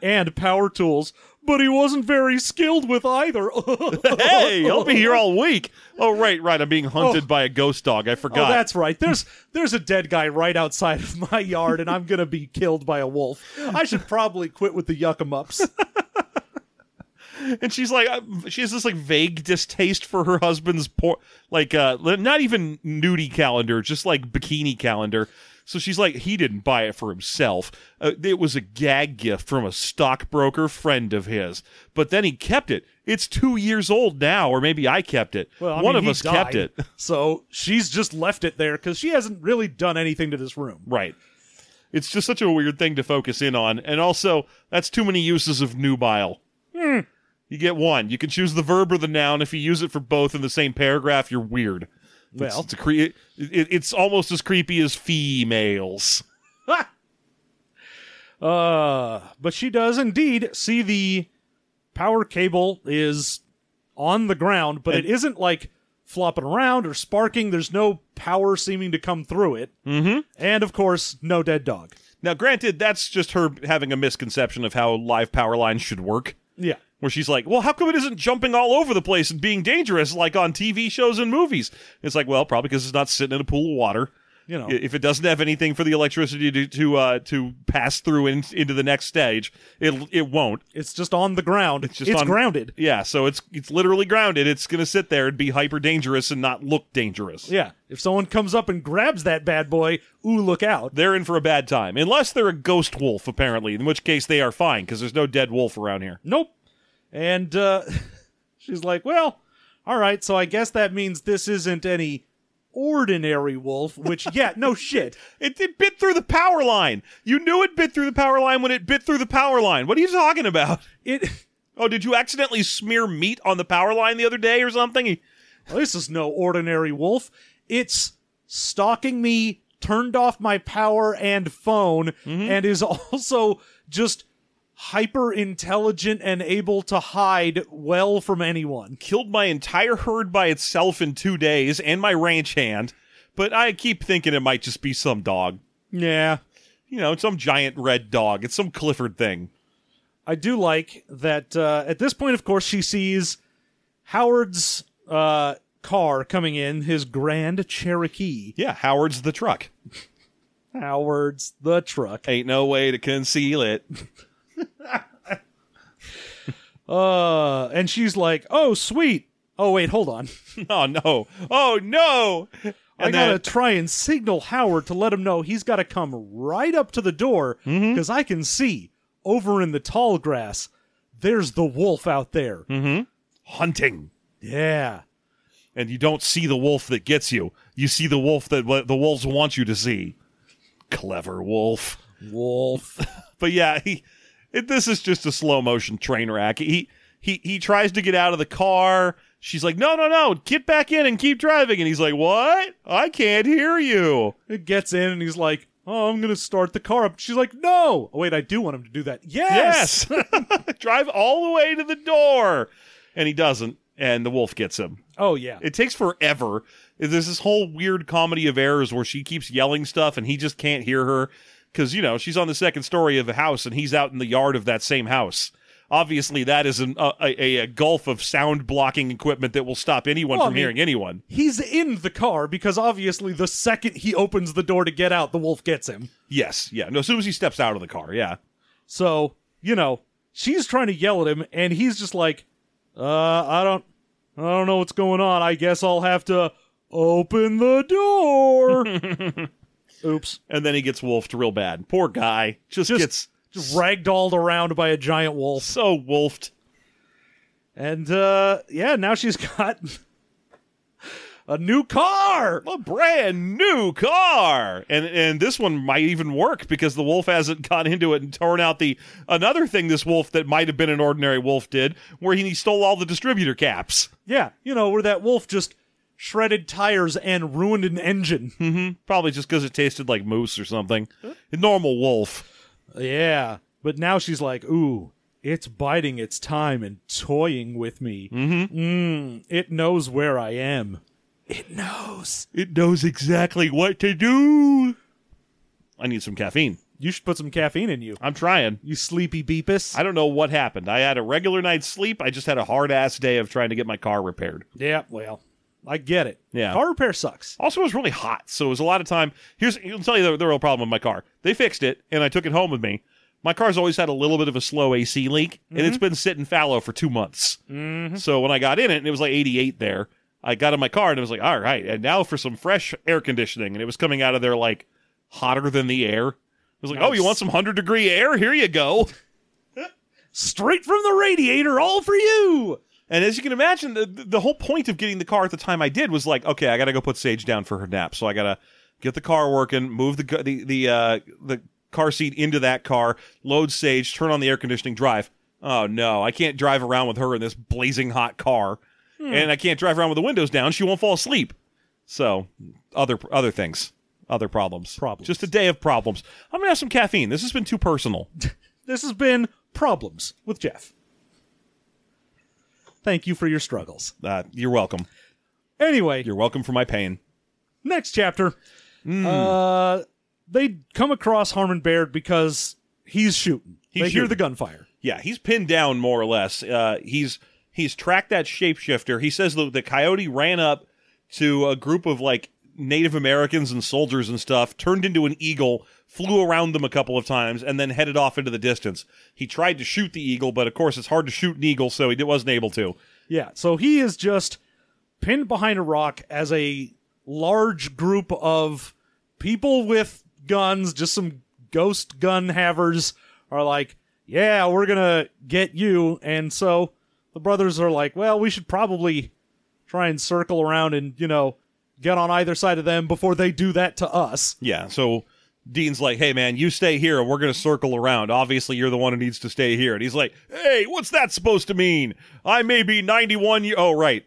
Speaker 3: and power tools, but he wasn't very skilled with either. oh,
Speaker 2: Hey, I'll be here all week. Oh, right, right. I'm being hunted by a ghost dog. I forgot.
Speaker 3: Oh, that's right. There's there's a dead guy right outside of my yard, and I'm gonna be killed by a wolf. I should probably quit with the yuck 'em ups.
Speaker 2: and she's like, uh, she has this like vague distaste for her husband's por- like uh li- not even nudie calendar, just like bikini calendar. So she's like, he didn't buy it for himself. Uh, it was a gag gift from a stockbroker friend of his. But then he kept it. It's two years old now, or maybe I kept it.
Speaker 3: Well, I
Speaker 2: One
Speaker 3: mean,
Speaker 2: of
Speaker 3: he
Speaker 2: us kept
Speaker 3: died,
Speaker 2: it.
Speaker 3: so she's just left it there because she hasn't really done anything to this room.
Speaker 2: Right. It's just such a weird thing to focus in on. And also, that's too many uses of nubile. Hmm. You get one. You can choose the verb or the noun. If you use it for both in the same paragraph, you're weird. It's-
Speaker 3: Well.
Speaker 2: it's, a cre- it, it- it's almost as creepy as females.
Speaker 3: Uh, but she does indeed see the power cable is on the ground, but it isn't like flopping around or sparking. There's no power seeming to come through it. Mm-hmm. And of course, no dead dog.
Speaker 2: Now, granted, that's just her having a misconception of how live power lines should work,
Speaker 3: Yeah.
Speaker 2: where she's like, well, how come it isn't jumping all over the place and being dangerous like on TV shows and movies? It's like, well, probably because it's not sitting in a pool of water.
Speaker 3: You know,
Speaker 2: I- if it doesn't have anything for the electricity to to uh, to pass through in, into the next stage, it it won't.
Speaker 3: it's just on the ground. It's
Speaker 2: just
Speaker 3: it's
Speaker 2: on-
Speaker 3: grounded.
Speaker 2: Yeah, so it's it's literally grounded. It's gonna sit there and be hyper dangerous and not look dangerous.
Speaker 3: Yeah. If someone comes up and grabs that bad boy, ooh, look out.
Speaker 2: They're in for a bad time, unless they're a ghost wolf, apparently. In which case, they are fine because there's no dead wolf around here.
Speaker 3: Nope. And uh, she's like, well, all right, so I guess that means this isn't any ordinary wolf, which, yeah, no shit.
Speaker 2: It, it bit through the power line. You knew it bit through the power line when it bit through the power line. What are you talking about?
Speaker 3: It.
Speaker 2: Oh, did you accidentally smear meat on the power line the other day or something?
Speaker 3: Well, this is no ordinary wolf. It's stalking me, turned off my power and phone,
Speaker 2: Mm-hmm.
Speaker 3: and is also just hyper intelligent and able to hide well from anyone.
Speaker 2: killed my entire herd by itself in two days and my ranch hand, but I keep thinking it might just be some dog.
Speaker 3: Yeah.
Speaker 2: You know, it's some giant red dog. It's some Clifford thing.
Speaker 3: I do like that uh, at this point, of course, she sees Howard's uh, car coming in, his Grand Cherokee.
Speaker 2: Yeah, Howard's the truck.
Speaker 3: Howard's the truck.
Speaker 2: Ain't no way to conceal it.
Speaker 3: Uh, and she's like, oh, sweet. Oh, wait, hold on.
Speaker 2: Oh no. Oh no.
Speaker 3: I
Speaker 2: And
Speaker 3: gotta
Speaker 2: then,
Speaker 3: try and signal Howard to let him know he's gotta come right up to the door because I can see over in the tall grass there's the wolf out there.
Speaker 2: hunting.
Speaker 3: Yeah,
Speaker 2: And you don't see the wolf that gets you. You see the wolf that the wolves want you to see. Clever wolf.
Speaker 3: wolf.
Speaker 2: but yeah, he it, this is just a slow motion train wreck. He he he tries to get out of the car. She's like, "No, no, no, get back in and keep driving." And he's like, "What? I can't hear you."
Speaker 3: it gets in and he's like, "Oh, I'm gonna start the car up." She's like, "No, oh, wait, I do want him to do that." Yes,
Speaker 2: Yes, drive all the way to the door, and he doesn't. And the wolf gets him.
Speaker 3: Oh yeah,
Speaker 2: It takes forever. There's this whole weird comedy of errors where she keeps yelling stuff and he just can't hear her because, you know, she's on the second story of a house and he's out in the yard of that same house. Obviously, that is an, a, a, a gulf of sound blocking equipment that will stop anyone
Speaker 3: Well, I
Speaker 2: from
Speaker 3: mean-
Speaker 2: hearing anyone.
Speaker 3: he's in the car because obviously the second he opens the door to get out, the wolf gets him.
Speaker 2: Yes. Yeah. No, as soon as he steps out of the car. Yeah.
Speaker 3: So, you know, she's trying to yell at him, and he's just like, uh, I don't I don't know what's going on. I guess I'll have to open the door. Oops.
Speaker 2: And then he gets wolfed real bad. Poor guy. Just,
Speaker 3: Just-
Speaker 2: gets
Speaker 3: Just ragdolled around by a giant wolf.
Speaker 2: so wolfed.
Speaker 3: And uh yeah, now she's got a new car.
Speaker 2: A brand new car, and and this one might even work because the wolf hasn't got into it and torn out the another thing this wolf that might have been an ordinary wolf did, where he stole all the distributor caps.
Speaker 3: Yeah, you know, where that wolf just shredded tires and ruined an engine.
Speaker 2: hmm Probably just because it tasted like moose or something. Normal wolf.
Speaker 3: yeah. But now she's like, ooh, it's biding its time and toying with me. Mm-hmm. Mm, it knows where I am. It knows.
Speaker 2: It knows exactly what to do. I need some caffeine.
Speaker 3: You should put some caffeine in you.
Speaker 2: I'm trying.
Speaker 3: You sleepy beepus.
Speaker 2: I don't know what happened. I had a regular night's sleep. I just had a hard ass day of trying to get my car repaired.
Speaker 3: yeah, well, I get it.
Speaker 2: Yeah.
Speaker 3: Car repair sucks.
Speaker 2: Also, it was really hot, so it was a lot of time. Here's I'll tell you the, the real problem with my car. They fixed it, and I took it home with me. My car's always had a little bit of a slow AC leak, and it's been sitting fallow for two months. So when I got in it, and it was like 88 there, I got in my car and it was like, all right, and now for some fresh air conditioning, and it was coming out of there like hotter than the air. It was like, oh, you want some hundred degree air? Here you go.
Speaker 3: Straight from the radiator, all for you.
Speaker 2: And as you can imagine, the the whole point of getting the car at the time I did was like, okay, I got to go put Sage down for her nap, so I got to get the car working, move the gu- the the uh, the car seat into that car, load Sage, turn on the air conditioning, drive. Oh no, I can't drive around with her in this blazing hot car, and I can't drive around with the windows down; she won't fall asleep. So other other things, other problems,
Speaker 3: Problems.
Speaker 2: Just a day of problems. I'm gonna have some caffeine. This has been too personal.
Speaker 3: This has been Problems with Jeff. Thank you for your struggles.
Speaker 2: Uh, you're welcome.
Speaker 3: Anyway,
Speaker 2: You're welcome for my pain.
Speaker 3: next chapter.
Speaker 2: Hmm.
Speaker 3: Uh, they come across Harmon Baird because he's shooting.
Speaker 2: He's
Speaker 3: they hear
Speaker 2: shooting.
Speaker 3: the gunfire.
Speaker 2: Yeah, he's pinned down more or less. Uh, he's he's tracked that shapeshifter. He says the, the coyote ran up to a group of like Native Americans and soldiers and stuff, turned into an eagle, flew around them a couple of times, and then headed off into the distance. He tried to shoot the eagle, but of course it's hard to shoot an eagle, so he d- wasn't able to.
Speaker 3: Yeah, so he is just pinned behind a rock as a large group of people with guns, just some ghost gun havers, are like, yeah, we're gonna get you. And so the brothers are like, well, we should probably try and circle around and, you know, get on either side of them before they do that to us.
Speaker 2: Yeah, so Dean's like, "Hey man, you stay here, and we're gonna circle around. Obviously, you're the one who needs to stay here." And he's like, "Hey, what's that supposed to mean? I may be 91 year. Oh, right."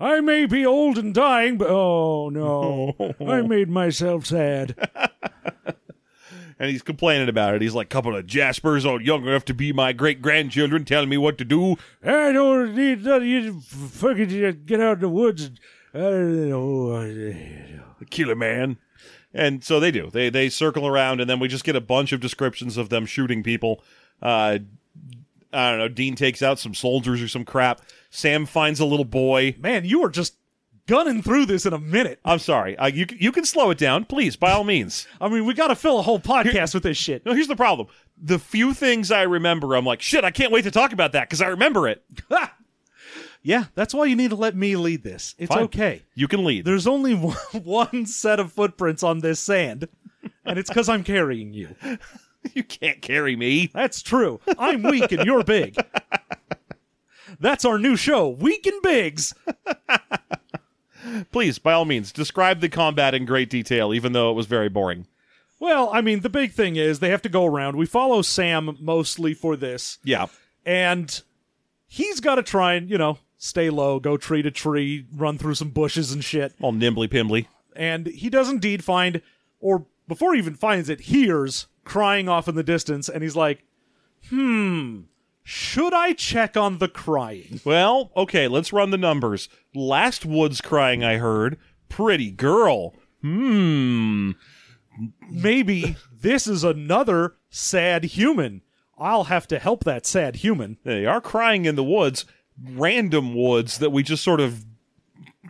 Speaker 3: I may be old and dying, but oh no, I made myself sad.
Speaker 2: and he's complaining about it. He's like, couple of Jaspers are young enough to be my great grandchildren, telling me what to do.
Speaker 3: I don't need none of you. Fucking get out in the woods. And, I don't know.
Speaker 2: Kill a man. And so they do. They they circle around, and then we just get a bunch of descriptions of them shooting people. Uh, I don't know. Dean takes out some soldiers or some crap. Sam finds a little boy.
Speaker 3: Man, you are just gunning through this in a minute.
Speaker 2: I'm sorry. Uh, you c- you can slow it down, please, by all means.
Speaker 3: I mean, we got to fill a whole podcast with this shit.
Speaker 2: No, here's the problem. The few things I remember, I'm like, shit, I can't wait to talk about that because I remember it.
Speaker 3: Yeah, that's why you need to let me lead this. It's
Speaker 2: Fine.
Speaker 3: okay.
Speaker 2: You can lead.
Speaker 3: There's only one, one set of footprints on this sand, and it's because I'm carrying you.
Speaker 2: you can't carry me.
Speaker 3: That's true. I'm weak and you're big. That's our new show, Weak and Bigs.
Speaker 2: Please, by all means, describe the combat in great detail, even though it was very boring.
Speaker 3: Well, I mean, the big thing is they have to go around. We follow Sam mostly for this,
Speaker 2: Yeah.
Speaker 3: and he's got to try and, you know, stay low, go tree to tree, run through some bushes and shit.
Speaker 2: All nimbly pimbly.
Speaker 3: And he does indeed find, or before he even finds it, hears crying off in the distance, and he's like, hmm, should I check on the crying?
Speaker 2: Well, okay, let's run the numbers. Last Woods crying I heard. Pretty girl. Hmm.
Speaker 3: Maybe this is another sad human. I'll have to help that sad human.
Speaker 2: They are crying in the woods, random woods that we just sort of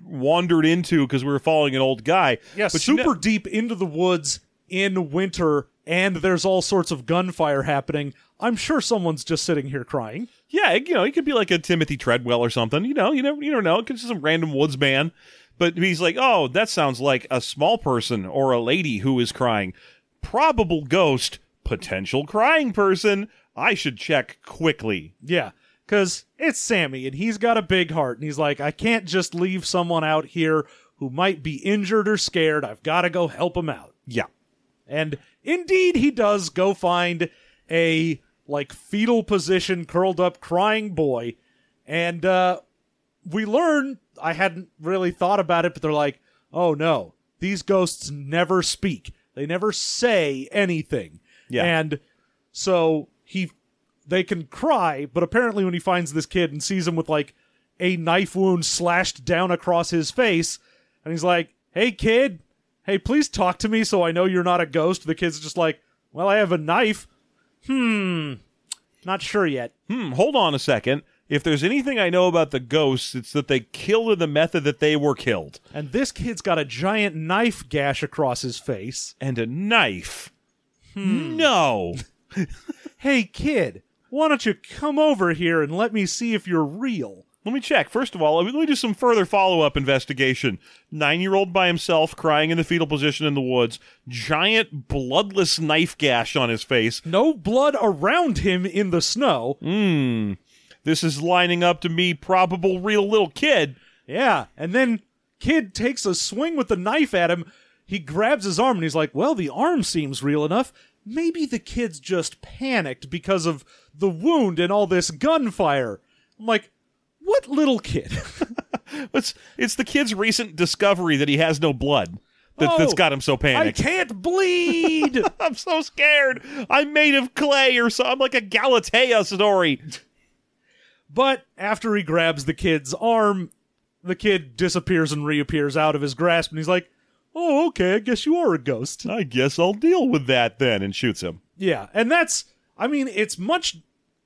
Speaker 2: wandered into because we were following an old guy.
Speaker 3: Yeah,
Speaker 2: But you
Speaker 3: super
Speaker 2: know-
Speaker 3: deep into the woods in winter, and there's all sorts of gunfire happening. I'm sure someone's just sitting here crying.
Speaker 2: yeah, you know, he could be like a Timothy Treadwell or something. You know, you never, you never know. It could be some random woods man. But he's like, oh, that sounds like a small person or a lady who is crying. Probable ghost, potential crying person. I should check quickly.
Speaker 3: Yeah, because it's Sammy, and he's got a big heart, and he's like, I can't just leave someone out here who might be injured or scared. I've got to go help him out.
Speaker 2: Yeah.
Speaker 3: And indeed, he does go find a like fetal position, curled up, crying boy, and uh, we learn, I hadn't really thought about it, but they're like, oh no, these ghosts never speak. They never say anything.
Speaker 2: Yeah.
Speaker 3: And so he they can cry, but apparently when he finds this kid and sees him with like a knife wound slashed down across his face, and he's like, Hey kid, hey, please talk to me so I know you're not a ghost. The kid's just like, Well, I have a knife. Hmm. Not sure yet.
Speaker 2: Hmm, hold on a second. If there's anything I know about the ghosts, it's that they killed in the method that they were killed.
Speaker 3: And this kid's got a giant knife gash across his face.
Speaker 2: And a knife. No.
Speaker 3: Hey, kid, why don't you come over here and let me see if you're real?
Speaker 2: Let me check. First of all, let me, let me do some further follow up investigation. Nine year old by himself, crying in the fetal position in the woods, giant bloodless knife gash on his face.
Speaker 3: No blood around him in the snow.
Speaker 2: This is lining up to me, probable real little kid.
Speaker 3: Yeah. And then kid takes a swing with the knife at him. He grabs his arm and he's like, well, the arm seems real enough. Maybe the kid's just panicked because of the wound and all this gunfire. I'm like, what little kid?
Speaker 2: It's, it's the kid's recent discovery that he has no blood that, that's
Speaker 3: Oh,
Speaker 2: got him so
Speaker 3: I
Speaker 2: panicked.
Speaker 3: can't bleed.
Speaker 2: I'm so scared. I'm made of clay or so. I'm like a Galatea story.
Speaker 3: But after he grabs the kid's arm, the kid disappears and reappears out of his grasp, and he's like, "Oh, okay, I guess you are a ghost."
Speaker 2: I guess I'll deal with that then and shoots him.
Speaker 3: Yeah, and that's, I mean, it's much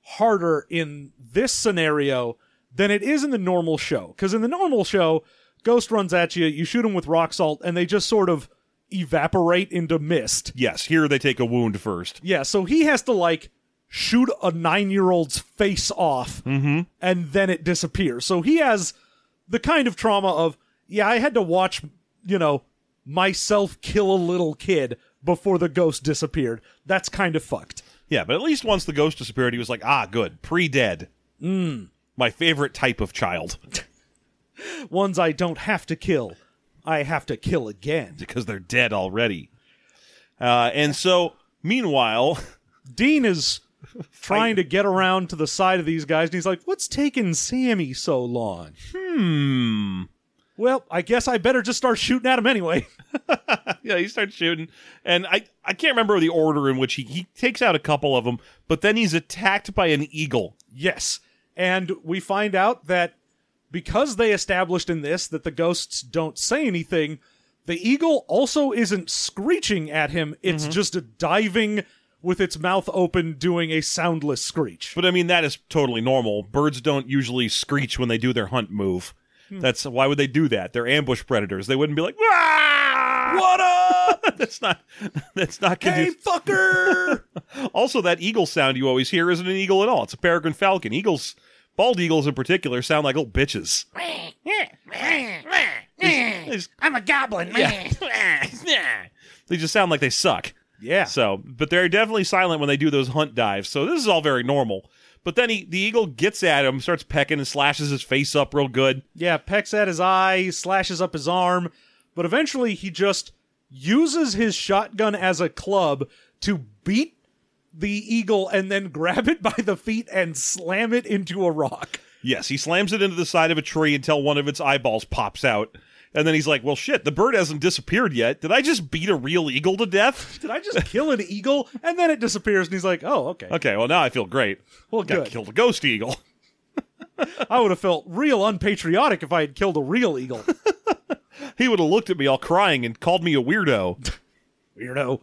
Speaker 3: harder in this scenario than it is in the normal show, because in the normal show, ghost runs at you, you shoot him with rock salt, and they just sort of evaporate into mist.
Speaker 2: Yes, here they take a wound first.
Speaker 3: Yeah, so he has to like shoot a nine year old's face off and then it disappears. So he has the kind of trauma of, yeah, I had to watch, you know, myself kill a little kid before the ghost disappeared. That's kind of fucked.
Speaker 2: Yeah, but at least once the ghost disappeared, he was like, ah, good, pre dead. Mm. My favorite type of child
Speaker 3: Ones I don't have to kill, I have to kill again.
Speaker 2: because they're dead already. Uh, and so, meanwhile,
Speaker 3: Dean is trying to get around to the side of these guys and he's like, what's taking Sammy so long? Hmm. Well, I guess I better just start shooting at him anyway.
Speaker 2: yeah, he starts shooting, and I, I can't remember the order in which he, he takes out a couple of them, but then he's attacked by an eagle.
Speaker 3: Yes. And we find out that because they established in this that the ghosts don't say anything, the eagle also isn't screeching at him. It's just a diving with its mouth open doing a soundless screech.
Speaker 2: But I mean, that is totally normal. Birds don't usually screech when they do their hunt move.
Speaker 3: Hmm.
Speaker 2: That's why would they do that? They're ambush predators. They wouldn't be like, "Wah!"
Speaker 3: What up?
Speaker 2: that's not that's not
Speaker 3: hey,
Speaker 2: conducive.
Speaker 3: fucker!
Speaker 2: Also, that eagle sound you always hear isn't an eagle at all. It's a peregrine falcon. Eagles, bald eagles in particular, sound like little bitches. They just-
Speaker 4: I'm a goblin. Yeah.
Speaker 2: they just sound like they suck.
Speaker 3: yeah.
Speaker 2: So, but they're definitely silent when they do those hunt dives. So this is all very normal. But then he, the eagle gets at him, starts pecking, and slashes his face up real good.
Speaker 3: Yeah, pecks at his eye, slashes up his arm, but eventually he just uses his shotgun as a club to beat the eagle and then grab it by the feet and slam it into a rock.
Speaker 2: Yes, he slams it into the side of a tree until one of its eyeballs pops out. And then he's like, well, shit, the bird hasn't disappeared yet. Did I just beat a real eagle to death?
Speaker 3: Did I just kill an eagle? And then it disappears, and he's like, oh, okay.
Speaker 2: Okay, well, now I feel great.
Speaker 3: Well,
Speaker 2: Got
Speaker 3: good.
Speaker 2: killed a ghost eagle.
Speaker 3: I would have felt real unpatriotic if I had killed a real eagle.
Speaker 2: He would have looked at me all crying and called me a weirdo.
Speaker 3: Weirdo.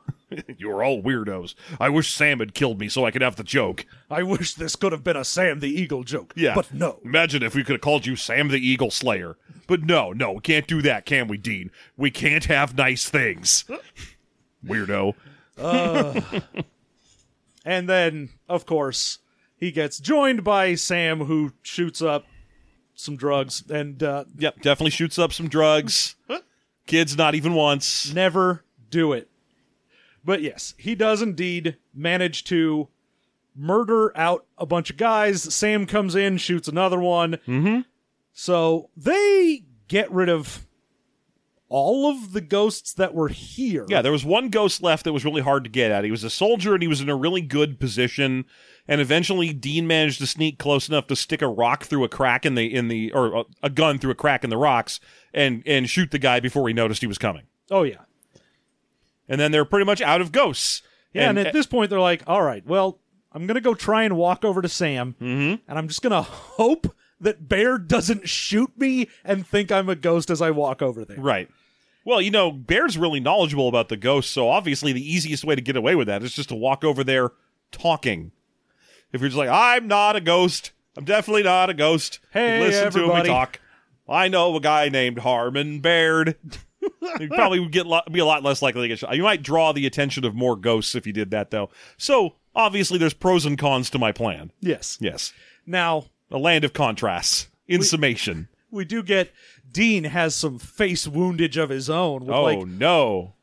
Speaker 2: You're all weirdos. I wish Sam had killed me so I could have the joke.
Speaker 3: I wish this could have been a Sam the Eagle joke.
Speaker 2: Yeah.
Speaker 3: But no.
Speaker 2: Imagine if we could have called you Sam the Eagle Slayer. But no, no, we can't do that, can we, Dean? We can't have nice things. Weirdo.
Speaker 3: And then, of course, he gets joined by Sam, who shoots up some drugs and uh,
Speaker 2: Yep, definitely shoots up some drugs. Kids, not even once.
Speaker 3: never do it. But yes, he does indeed manage to murder out a bunch of guys. Sam comes in, shoots another one. Mm-hmm. So they get rid of all of the ghosts that were here.
Speaker 2: Yeah, there was one ghost left that was really hard to get at. He was a soldier and he was in a really good position. And eventually, Dean managed to sneak close enough to stick a rock through a crack in the in the or a, a gun through a crack in the rocks and and shoot the guy before he noticed he was coming.
Speaker 3: Oh yeah.
Speaker 2: And then they're pretty much out of ghosts.
Speaker 3: Yeah, and, at
Speaker 2: eh,
Speaker 3: this point they're like, "All right, well, I'm gonna go try and walk over to Sam,
Speaker 2: Mm-hmm.
Speaker 3: and I'm just gonna hope that Bear doesn't shoot me and think I'm a ghost as I walk over there."
Speaker 2: right. Well, you know, Bear's really knowledgeable about the ghosts, so obviously the easiest way to get away with that is just to walk over there talking. If you're just like, I'm not a ghost. I'm definitely not a ghost.
Speaker 3: Hey,
Speaker 2: listen to him
Speaker 3: everybody.
Speaker 2: talk. I know a guy named Harmon Baird. you probably would get lo- be a lot less likely to get shot. You might draw the attention of more ghosts if you did that, though. So obviously, there's pros and cons to my plan.
Speaker 3: Yes.
Speaker 2: Yes,
Speaker 3: Now
Speaker 2: a land of contrasts. In summation,
Speaker 3: we do get Dean has some face woundage of his own with
Speaker 2: oh
Speaker 3: like
Speaker 2: no,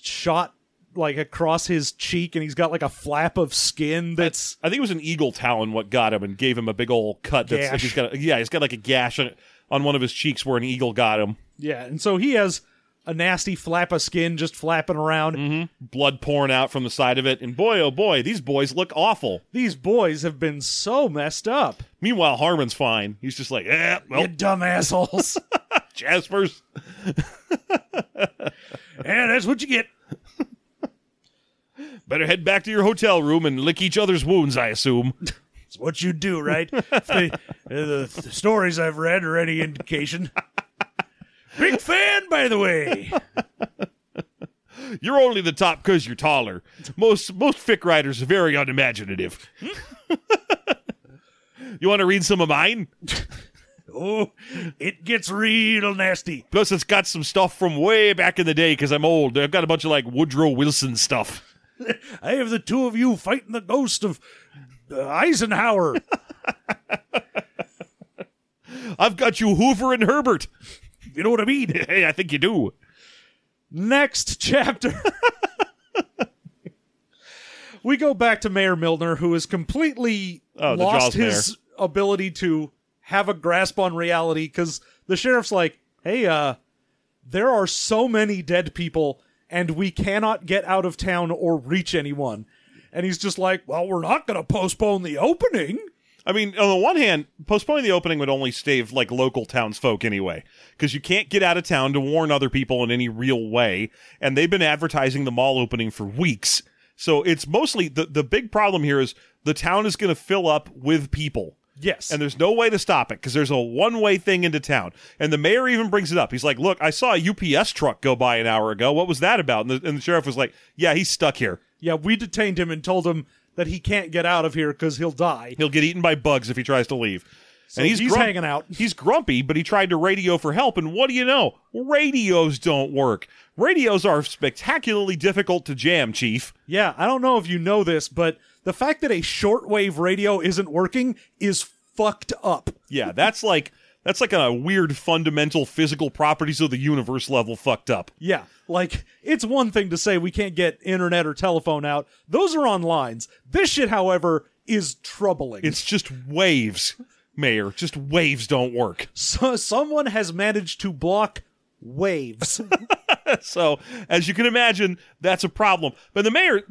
Speaker 3: shot like across his cheek, and he's got like a flap of skin that's
Speaker 2: I think it was an eagle talon what got him and gave him a big old cut. That's like
Speaker 3: Gash.
Speaker 2: he's got a, yeah, he's got like a gash on, on one of his cheeks where an eagle got him.
Speaker 3: Yeah, and so he has a nasty flap of skin just flapping around.
Speaker 2: Blood pouring out from the side of it, and boy oh boy, these boys look awful.
Speaker 3: These boys have been so messed up.
Speaker 2: Meanwhile, Harmon's fine. He's just like, yeah, well,
Speaker 3: You dumb assholes.
Speaker 2: Jasper's.
Speaker 3: yeah, that's what you get.
Speaker 2: Better head back to your hotel room and lick each other's wounds, I assume.
Speaker 3: It's what you do, right? If they- uh, the, the stories I've read are any indication. Big fan, by the way.
Speaker 2: You're only the top because you're taller. Most most fic writers are very unimaginative. you want to read some of mine?
Speaker 3: Oh, it gets real nasty.
Speaker 2: Plus, it's got some stuff from way back in the day because I'm old. I've got a bunch of like Woodrow Wilson stuff.
Speaker 3: I have the two of you fighting the ghost of uh, Eisenhower.
Speaker 2: I've got you Hoover and Herbert.
Speaker 3: You know what I mean?
Speaker 2: Hey, I think you do.
Speaker 3: Next chapter. we go back to Mayor Milner, who has completely
Speaker 2: Oh, the Jaws
Speaker 3: lost his ability to have a grasp on reality because the sheriff's like, hey, uh, there are so many dead people and we cannot get out of town or reach anyone. And he's just like, well, we're not going to postpone the opening.
Speaker 2: I mean, on the one hand, postponing the opening would only stave like local townsfolk anyway, because you can't get out of town to warn other people in any real way, and they've been advertising the mall opening for weeks. So it's mostly the the big problem here is the town is going to fill up with people.
Speaker 3: Yes.
Speaker 2: And there's no way to stop it because there's a one way thing into town. And the mayor even brings it up. He's like, Look, I saw a UPS truck go by an hour ago. What was that about? And the, and the sheriff was like, Yeah, he's stuck here.
Speaker 3: yeah, we detained him and told him that he can't get out of here because he'll die.
Speaker 2: He'll get eaten by bugs if he tries to leave. and
Speaker 3: he's
Speaker 2: grump-
Speaker 3: hanging out.
Speaker 2: He's grumpy, but he tried to radio for help. And what do you know? Radios don't work. Radios are spectacularly difficult to jam, Chief.
Speaker 3: Yeah, I don't know if you know this, but the fact that a shortwave radio isn't working is fucked up.
Speaker 2: Yeah, that's like that's like a weird fundamental physical properties of the universe level fucked up.
Speaker 3: Yeah, like it's one thing to say we can't get internet or telephone out. Those are on lines. This shit, however, is troubling.
Speaker 2: It's just waves, Mayor. Just waves don't work.
Speaker 3: so, someone has managed to block waves.
Speaker 2: So, as you can imagine, that's a problem. But the mayor,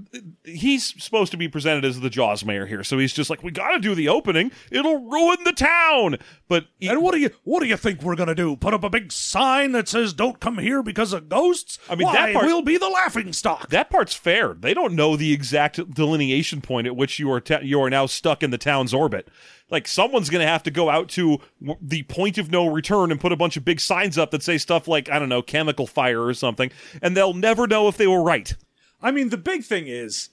Speaker 2: he's supposed to be presented as the Jaws mayor here. So he's just like, we got to do the opening. It'll ruin the town. But e, he-
Speaker 3: and what do you what do you think we're gonna do? Put up a big sign that says "Don't come here because of ghosts"? I
Speaker 2: mean, that part-
Speaker 3: will be the laughing stock.
Speaker 2: that part's fair. They don't know the exact delineation point at which you are ta- you are now stuck in the town's orbit. Like someone's going to have to go out to w- the point of no return and put a bunch of big signs up that say stuff like I don't know, chemical fire or something, and they'll never know if they were right.
Speaker 3: I mean, the big thing is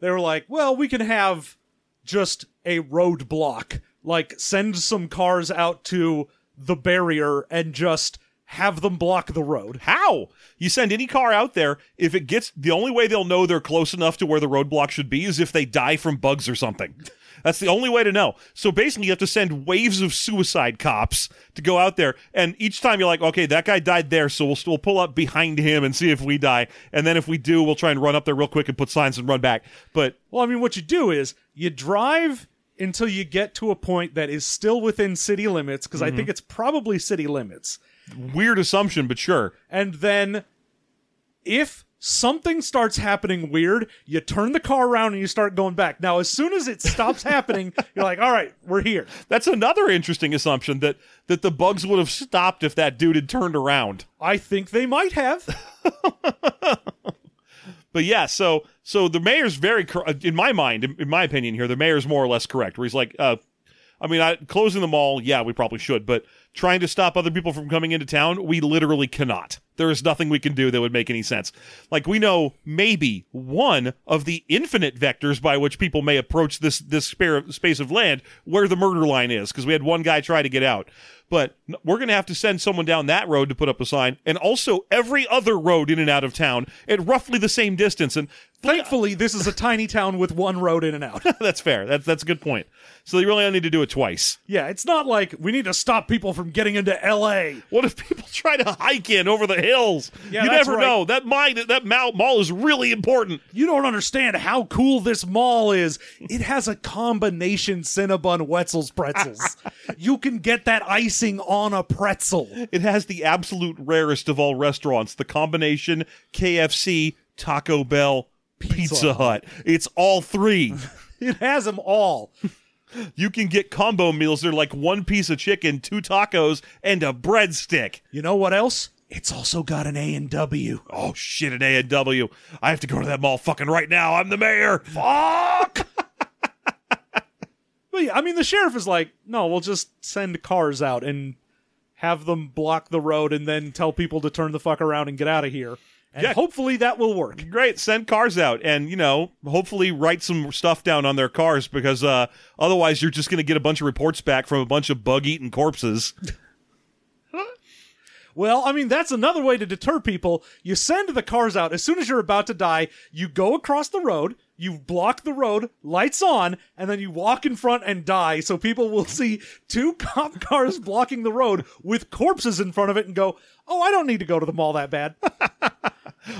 Speaker 3: they were like, well, we can have just a roadblock, like send some cars out to the barrier and just have them block the road.
Speaker 2: How? You send any car out there, if it gets the only way they'll know they're close enough to where the roadblock should be is if they die from bugs or something. That's the only way to know. So basically, you have to send waves of suicide cops to go out there, and each time you're like, okay, that guy died there, so we'll still pull up behind him and see if we die, and then if we do, we'll try and run up there real quick and put signs and run back. But
Speaker 3: Well, I mean, what you do is you drive until you get to a point that is still within city limits, because I think it's probably city limits.
Speaker 2: Weird assumption, but sure.
Speaker 3: and then if something starts happening weird, you turn the car around and you start going back. Now, as soon as it stops happening, you're like, all right, we're here.
Speaker 2: That's another interesting assumption that that the bugs would have stopped if that dude had turned around.
Speaker 3: I think they might have.
Speaker 2: But yeah, so so the mayor's very cor- uh, in my mind, in, in my opinion here, the mayor's more or less correct. Where he's like, uh, I mean, I, closing the mall, yeah, we probably should, but trying to stop other people from coming into town, we literally cannot. There is nothing we can do that would make any sense. Like we know maybe one of the infinite vectors by which people may approach this this spare space of land where the murder line is, because we had one guy try to get out. But n- we're going to have to send someone down that road to put up a sign, and also every other road in and out of town at roughly the same distance. And
Speaker 3: Thankfully, this is a tiny town with one road in and out.
Speaker 2: that's fair. That's that's a good point. So they really only need to do it twice.
Speaker 3: Yeah, it's not like we need to stop people from getting into LA.
Speaker 2: What if people try to hike in over the hills?
Speaker 3: Yeah,
Speaker 2: you
Speaker 3: that's
Speaker 2: never
Speaker 3: right.
Speaker 2: know. That mine, that mall, mall is really important.
Speaker 3: You don't understand how cool this mall is. It has a combination Cinnabon Wetzel's pretzels. you can get that icing on a pretzel.
Speaker 2: It has the absolute rarest of all restaurants: the combination KFC, Taco Bell, Pizza, Hut. It's all three.
Speaker 3: It has them all.
Speaker 2: you can get combo meals. They're like one piece of chicken, two tacos, and a breadstick.
Speaker 3: You know what else? It's also got an A and W.
Speaker 2: Oh shit! An A and W. I have to go to that mall fucking right now. I'm the mayor. Fuck.
Speaker 3: But yeah, I mean, the sheriff is like, no, we'll just send cars out and have them block the road and then tell people to turn the fuck around and get out of here. And
Speaker 2: Yeah.
Speaker 3: hopefully that will work.
Speaker 2: great send cars out and you know hopefully write some stuff down on their cars because uh, otherwise you're just going to get a bunch of reports back from a bunch of bug-eaten corpses
Speaker 3: Well, I mean, that's another way to deter people. You send the cars out as soon as you're about to die, you go across the road, you block the road, lights on, and then you walk in front and die so people will see two cop cars blocking the road with corpses in front of it and go, oh, I don't need to go to the mall that bad.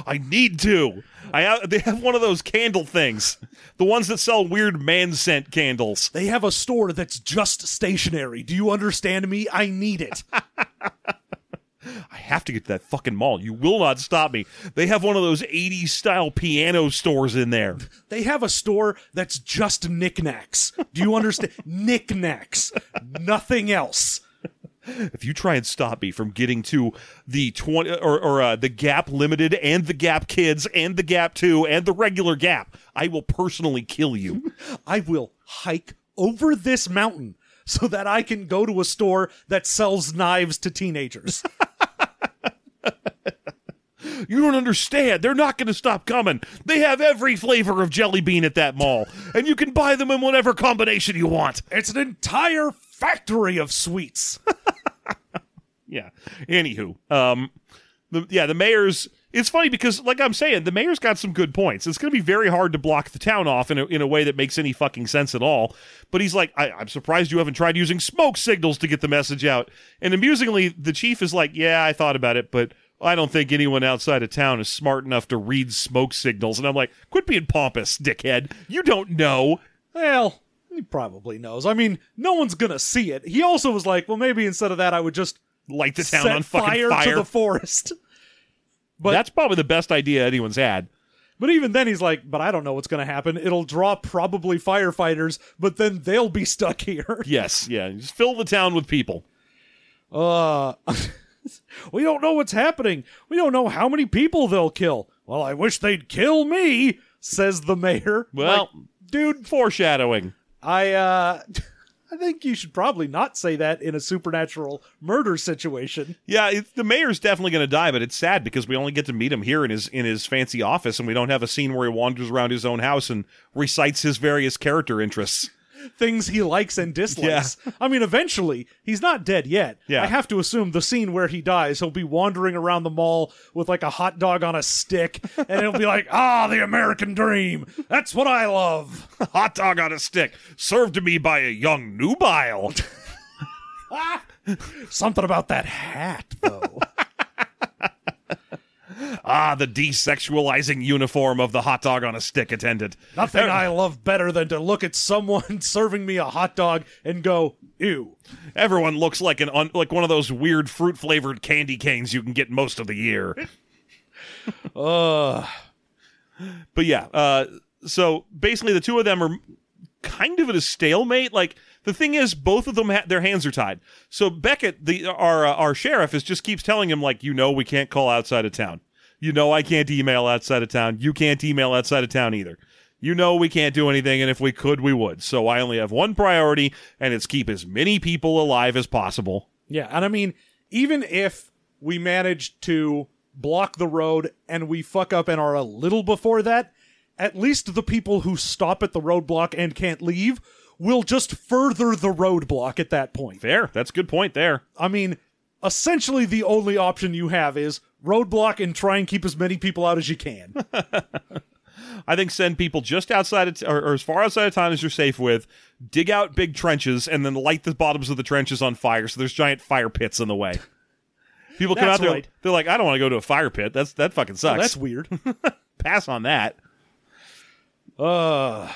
Speaker 2: i need to i have, they have one of those candle things the ones that sell weird man scent candles
Speaker 3: They have a store that's just stationary. Do you understand me? I need it.
Speaker 2: i have to get to that fucking mall you will not stop me they have one of those 80s style piano stores in there
Speaker 3: they have a store that's just knickknacks. Do you understand? knickknacks. Nothing else.
Speaker 2: if you try and stop me from getting to the 20 or, or uh, the gap limited and the gap kids and the gap 2 and the regular gap i will personally kill you
Speaker 3: I will hike over this mountain so that I can go to a store that sells knives to teenagers.
Speaker 2: you don't understand they're not going to stop coming they have every flavor of jelly bean at that mall and you can buy them in whatever combination you want
Speaker 3: it's an entire factory of sweets.
Speaker 2: yeah anywho um the, yeah the mayor's it's funny because like i'm saying the mayor's got some good points it's going to be very hard to block the town off in a, in a way that makes any fucking sense at all but he's like I, i'm surprised you haven't tried using smoke signals to get the message out and amusingly the chief is like yeah i thought about it but i don't think anyone outside of town is smart enough to read smoke signals and i'm like quit being pompous dickhead you don't know
Speaker 3: Well, he probably knows. I mean, no one's going to see it. He also was like, well, maybe instead of that, I would just
Speaker 2: light the town
Speaker 3: set
Speaker 2: on fucking
Speaker 3: fire,
Speaker 2: fire,
Speaker 3: to the forest. but-
Speaker 2: that's probably the best idea anyone's had
Speaker 3: But even then, he's like, "But I don't know what's going to happen. It'll draw probably firefighters, but then they'll be stuck here."
Speaker 2: yes yeah just fill the town with people
Speaker 3: Uh, we don't know what's happening. We don't know how many people they'll kill. Well, I wish they'd kill me," says the mayor.
Speaker 2: Well,
Speaker 3: Like,
Speaker 2: dude, foreshadowing.
Speaker 3: I uh, I think you should probably not say that in a supernatural murder situation.
Speaker 2: Yeah, it, the mayor's definitely going to die, but it's sad because we only get to meet him here in his in his fancy office, and we don't have a scene where he wanders around his own house and recites his various character interests.
Speaker 3: Things he likes and dislikes. I mean, eventually, he's not dead yet.
Speaker 2: Yeah.
Speaker 3: I have to assume the scene where he dies, he'll be wandering around the mall with like a hot dog on a stick, and he'll be like, ah, the American dream. That's what I love.
Speaker 2: Hot dog on a stick, served to me by a young nubile.
Speaker 3: Something about that hat, though.
Speaker 2: Ah, the desexualizing uniform of the hot dog on a stick attendant.
Speaker 3: Nothing I love better than to look at someone serving me a hot dog and go, ew.
Speaker 2: Everyone looks like an un- like one of those weird fruit flavored candy canes you can get most of the year.
Speaker 3: Ugh.
Speaker 2: But yeah, uh, so basically the two of them are kind of at a stalemate. Like the thing is, both of them ha- their hands are tied. So Beckett, the our uh, our sheriff, is just keeps telling him like, you know, we can't call outside of town. You know, I can't email outside of town. You can't email outside of town either. You know, we can't do anything, and if we could, we would. So I only have one priority, and it's keep as many people alive as possible.
Speaker 3: Yeah, and I mean, even if we manage to block the road and we fuck up and are a little before that, at least the people who stop at the roadblock and can't leave will just further the roadblock at that point.
Speaker 2: Fair. That's a good point there.
Speaker 3: I mean, essentially the only option you have is roadblock and try and keep as many people out as you can.
Speaker 2: I think send people just outside of t- or, or as far outside of town as you're safe with. Dig out big trenches and then light the bottoms of the trenches on fire. So there's giant fire pits in the way. People come
Speaker 3: That's
Speaker 2: out there.
Speaker 3: right.
Speaker 2: They're like, I don't want to go to a fire pit. That's that fucking sucks.
Speaker 3: That's weird.
Speaker 2: Pass on that.
Speaker 3: Uh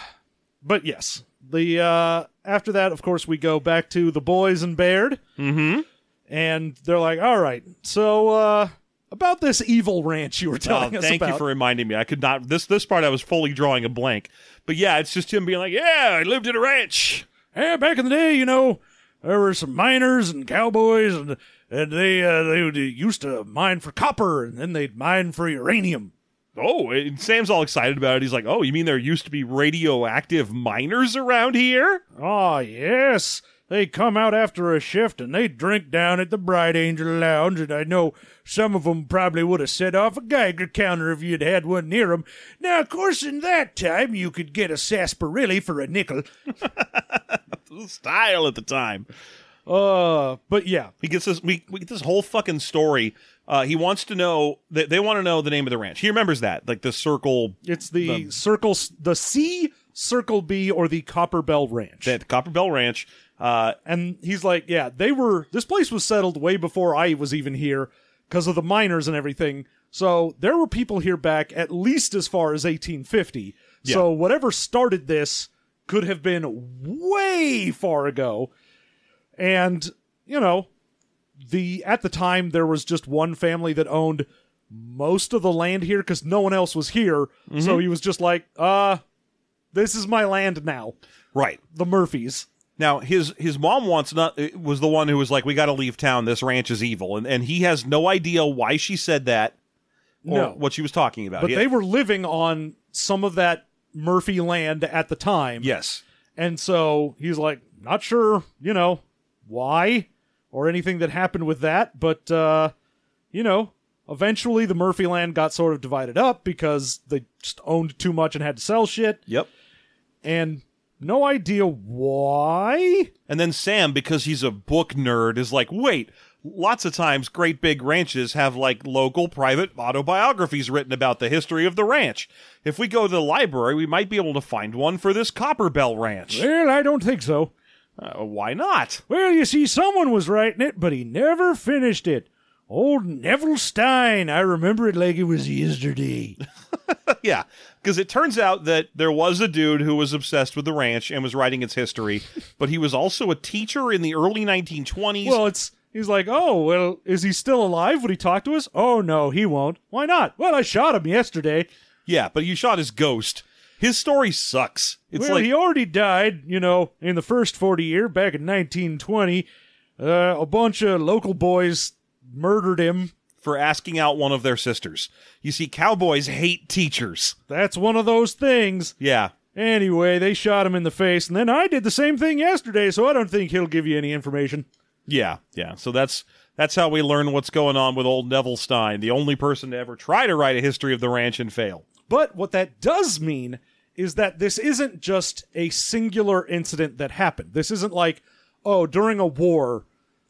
Speaker 3: but yes. The uh after that, of course, we go back to the boys and Baird. Mm-hmm. And they're like, all right, so uh about this evil ranch you were
Speaker 2: Oh,
Speaker 3: telling us
Speaker 2: thank
Speaker 3: about.
Speaker 2: you for reminding me. I could not this this part. I was fully drawing a blank. But yeah, it's just him being like, Yeah, I lived at a ranch.
Speaker 3: hey, back in the day, you know, there were some miners and cowboys and and they uh, they would- they used to mine for copper and then they'd mine for uranium.
Speaker 2: Oh, and Sam's all excited about it. He's like, Oh, you mean there used to be radioactive miners around here?
Speaker 3: Ah, yes. They come out after a shift and they drink down at the Bright Angel Lounge, and I know some of 'em probably would have set off a Geiger counter if you'd had one near 'em. Now, of course, in that time you could get a sarsaparilla for a nickel.
Speaker 2: Style at the time.
Speaker 3: Uh, but yeah,
Speaker 2: He gets this. We, we get this whole fucking story. Uh, he wants to know. They, they want to know the name of the ranch. He remembers that, like the circle
Speaker 3: it's the, circle, the C, Circle B, or the Copper Bell Ranch.
Speaker 2: that Copper Bell Ranch. Uh,
Speaker 3: And he's like, yeah, they were, this place was settled way before I was even here because of the miners and everything. So there were people here back at least as far as 1850. So whatever started this could have been way far ago. And, you know, the, at the time there was just one family that owned most of the land here because no one else was here. So he was just like, uh, this is my land now.
Speaker 2: right
Speaker 3: The Murphys.
Speaker 2: now, his his mom wants not was the one who was like, "We got to leave town. This ranch is evil," and and he has no idea why she said that or
Speaker 3: No.
Speaker 2: what she was talking about.
Speaker 3: but
Speaker 2: Yeah.
Speaker 3: they were living on some of that Murphy land at the time.
Speaker 2: yes,
Speaker 3: And so he's like, not sure, you know, why or anything that happened with that, but uh, you know, eventually the Murphy land got sort of divided up because they just owned too much and had to sell shit
Speaker 2: yep.
Speaker 3: and no idea why.
Speaker 2: And then Sam, because he's a book nerd, is like, wait, lots of times great big ranches have like local private autobiographies written about the history of the ranch. If we go to the library, we might be able to find one for this Copperbell Ranch.
Speaker 3: Well, I don't think so.
Speaker 2: Uh, why not?
Speaker 3: Well, you see, someone was writing it, but he never finished it. Old Neville Stein, I remember it like it was yesterday.
Speaker 2: yeah, because it turns out that there was a dude who was obsessed with the ranch and was writing its history, but he was also a teacher in the early 1920s.
Speaker 3: Well, it's he's like, oh well, is he still alive? Would he talk to us? Oh no, he won't. Why not? Well, I shot him yesterday.
Speaker 2: yeah, but you shot his ghost. His story sucks. It's
Speaker 3: well,
Speaker 2: like
Speaker 3: he already died. You know, in the first forty year, back in nineteen twenty, uh, a bunch of local boys murdered him.
Speaker 2: for asking out one of their sisters. You see, cowboys hate teachers.
Speaker 3: That's one of those things.
Speaker 2: Yeah.
Speaker 3: Anyway, they shot him in the face, and then I did the same thing yesterday. So I don't think he'll give you any information.
Speaker 2: Yeah. Yeah. So that's that's how we learn what's going on with old Neville Stein, the only person to ever try to write a history of the ranch and fail.
Speaker 3: But what that does mean is that this isn't just a singular incident that happened. This isn't like, oh, during a war,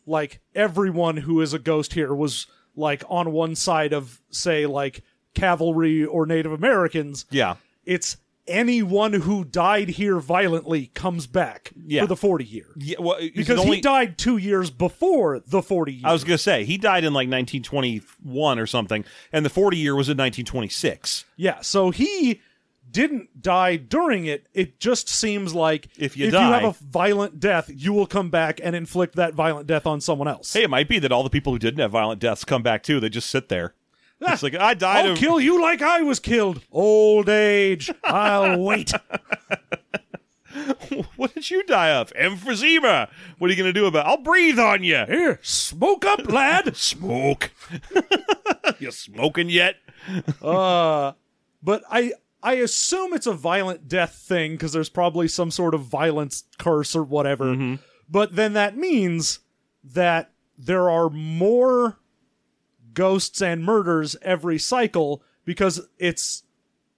Speaker 3: like everyone who is a ghost here was like on one side of, say, like cavalry or Native Americans.
Speaker 2: Yeah.
Speaker 3: It's anyone who died here violently comes back
Speaker 2: Yeah.
Speaker 3: for the 40 year.
Speaker 2: Yeah, well, he's
Speaker 3: Because
Speaker 2: the only-
Speaker 3: he died two years before the 40 year.
Speaker 2: I was gonna say he died in like 1921 or something, and the 40 year was in 1926.
Speaker 3: Yeah, so he didn't die during it. It just seems like
Speaker 2: If you
Speaker 3: you
Speaker 2: die-
Speaker 3: have a violent death, you will come back and inflict that violent death on someone else.
Speaker 2: Hey, it might be that all the people who didn't have violent deaths come back too. They just sit there. It's like I died
Speaker 3: I'll
Speaker 2: of
Speaker 3: kill you like I was killed. Old age. I'll wait.
Speaker 2: What did you die of? Emphysema. What are you going to do about it? I'll breathe on you.
Speaker 3: Here, smoke up, lad.
Speaker 2: Smoke. you smoking yet?
Speaker 3: Uh, but I I assume it's a violent death thing because there's probably some sort of violence curse or whatever. But then that means that there are more ghosts and murders every cycle because it's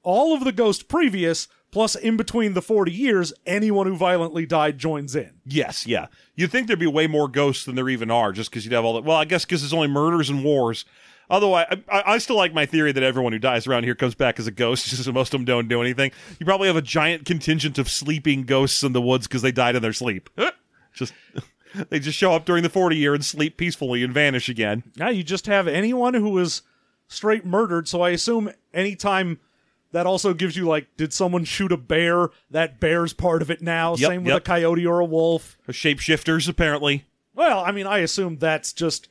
Speaker 3: all of the ghosts previous plus in between the 40 years anyone who violently died joins in.
Speaker 2: Yes, yeah. You'd think there'd be way more ghosts than there even are just because you'd have all that. Well, I guess because there's only murders and wars. Otherwise, I- I, I still like my theory that everyone who dies around here comes back as a ghost, just most of them don't do anything. You probably have a giant contingent of sleeping ghosts in the woods because they died in their sleep. just. They just show up during the 40 year and sleep peacefully and vanish again.
Speaker 3: Now you just have anyone who was straight murdered. So I assume anytime that also gives you like, did someone shoot a bear? That bear's part of it now.
Speaker 2: Yep,
Speaker 3: Same with
Speaker 2: yep.
Speaker 3: a coyote or a wolf.
Speaker 2: Shapeshifters, apparently.
Speaker 3: Well, I mean, I assume that's just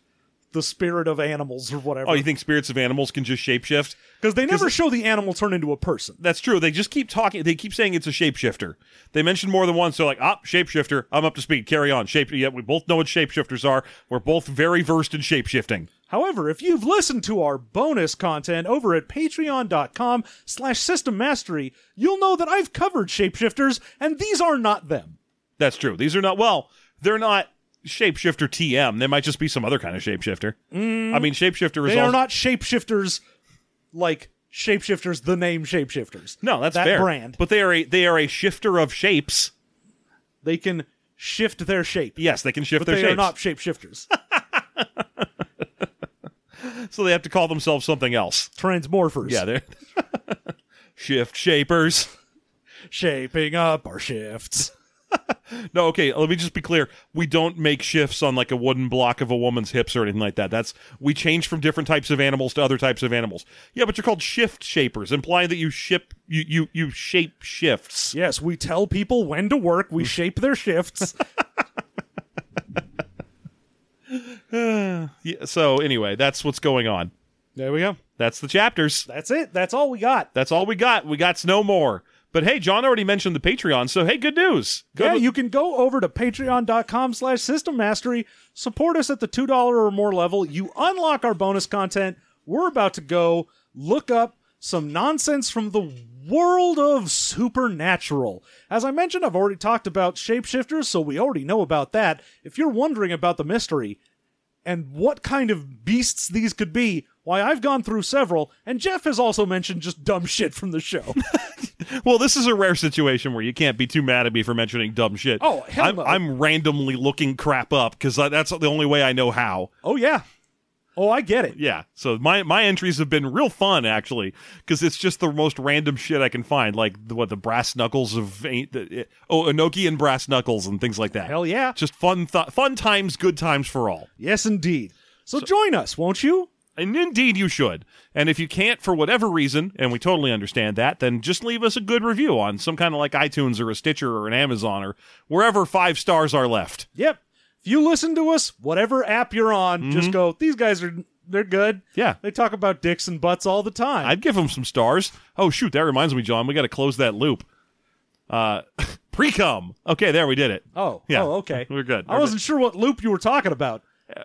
Speaker 3: the spirit of animals or
Speaker 2: Oh,
Speaker 3: whatever.
Speaker 2: you think spirits of animals can just shapeshift?
Speaker 3: Because they never show the animal turn into a person.
Speaker 2: That's true. They just keep talking. They keep saying it's a shapeshifter. They mention more than once. They're like, ah, shapeshifter. I'm up to speed. Carry on. Shape. Yeah, we both know what shapeshifters are. We're both very versed in shapeshifting.
Speaker 3: However, if you've listened to our bonus content over at patreon.com slash system mastery, you'll know that I've covered shapeshifters, and these are not them.
Speaker 2: That's true. These are not. Well, they're not shapeshifter TM. They might just be some other kind of shapeshifter. I mean, shapeshifter is
Speaker 3: Mm. They
Speaker 2: also-
Speaker 3: are not shapeshifters like shapeshifters, the name shapeshifters.
Speaker 2: No, that's
Speaker 3: that
Speaker 2: fair.
Speaker 3: brand.
Speaker 2: But they are a they are a shifter of shapes.
Speaker 3: They can shift their shape.
Speaker 2: Yes, they can shift
Speaker 3: but
Speaker 2: their
Speaker 3: they
Speaker 2: shapes.
Speaker 3: are not shapeshifters.
Speaker 2: So they have to call themselves something else.
Speaker 3: Transmorphers.
Speaker 2: Yeah, they're shift shapers.
Speaker 3: Shaping up our shifts.
Speaker 2: No, okay. Let me just be clear. We don't make shifts on like a wooden block of a woman's hips or anything like that. That's we change from different types of animals to other types of animals. Yeah, but you're called shift shapers, implying that you ship you you you shape shifts.
Speaker 3: Yes, we tell people when to work, we shape their shifts.
Speaker 2: Yeah, so anyway, that's what's going on.
Speaker 3: there we go.
Speaker 2: That's the chapters.
Speaker 3: That's it. That's all we got.
Speaker 2: That's all we got. We got no more. But hey, John already mentioned the Patreon, so hey, good news. Good
Speaker 3: yeah, you can go over to patreon.com slash system mastery, support us at the $2 or more level. You unlock our bonus content. We're about to go look up some nonsense from the world of supernatural. As I mentioned, I've already talked about shapeshifters, so we already know about that. If you're wondering about the mystery and what kind of beasts these could be, why, I've gone through several, and Jeff has also mentioned just dumb shit from the show.
Speaker 2: Well, this is a rare situation where you can't be too mad at me for mentioning dumb shit.
Speaker 3: Oh, hell
Speaker 2: I'm,
Speaker 3: no.
Speaker 2: I'm randomly looking crap up because that's the only way I know how.
Speaker 3: oh, yeah. Oh, I get it.
Speaker 2: yeah so my my entries have been real fun actually because it's just the most random shit i can find like the, what the brass knuckles of ain't the, it, oh enoki and brass knuckles and things like that
Speaker 3: Hell yeah.
Speaker 2: just fun th- fun times good times for all
Speaker 3: Yes, indeed. So, join us, won't you?
Speaker 2: and indeed you should and if you can't for whatever reason and we totally understand that then just leave us a good review on some kind of like itunes or a stitcher or an amazon or wherever five stars are left
Speaker 3: Yep. If you listen to us, whatever app you're on, just go. These guys are they're good.
Speaker 2: Mm-hmm. Yeah.
Speaker 3: they talk about dicks and butts all the time.
Speaker 2: I'd give them some stars. Oh shoot, that reminds me, John, we got to close that loop. Uh, pre cum. Okay, there we did it.
Speaker 3: oh,
Speaker 2: yeah.
Speaker 3: oh, okay.
Speaker 2: We're good.
Speaker 3: I wasn't sure what loop you were talking about.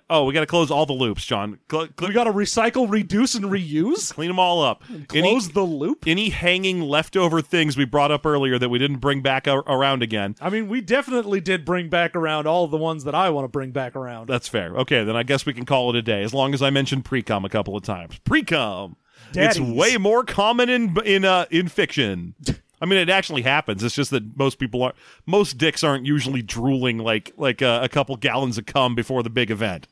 Speaker 2: Oh, we got to close all the loops, John. Cl- cl-
Speaker 3: We got to recycle, reduce, and reuse.
Speaker 2: clean them all up. Any,
Speaker 3: Close the loop.
Speaker 2: any hanging leftover things we brought up earlier that we didn't bring back ar- around again.
Speaker 3: I mean, we definitely did bring back around all the ones that I want to bring back around.
Speaker 2: That's fair. Okay, then I guess we can call it a day. As long as I mentioned pre cum a couple of times. Pre cum. It's
Speaker 3: Daddies.
Speaker 2: way more common in in uh, in fiction. I mean, it actually happens. It's just that most people aren't. Most dicks aren't usually drooling like like uh, a couple gallons of cum before the big event.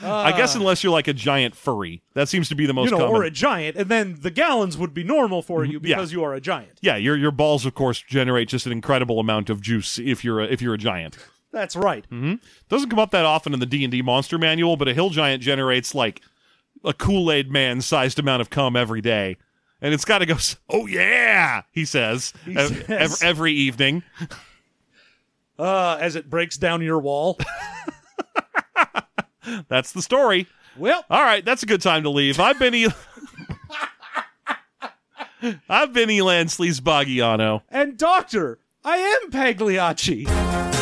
Speaker 2: I guess unless you're like a giant furry, that seems to be the most
Speaker 3: you know,
Speaker 2: common. Mm-hmm.
Speaker 3: or a giant, and then the gallons would be normal for you
Speaker 2: yeah.
Speaker 3: because you are a giant.
Speaker 2: yeah, your your balls, of course, generate just an incredible amount of juice if you're a, if you're a giant.
Speaker 3: That's right.
Speaker 2: Mm-hmm. Doesn't come up that often in the D and D monster manual, but a hill giant generates like a Kool Aid man sized amount of cum every day, and it's got to go. s- Oh yeah, he says, ev- ev-
Speaker 3: says.
Speaker 2: every evening.
Speaker 3: Uh, as it breaks down your wall.
Speaker 2: That's the story.
Speaker 3: well,
Speaker 2: All right, that's a good time to leave. I've been. E- I've been Elan Sleazebogiano.
Speaker 3: and Doctor, I am Pagliacci.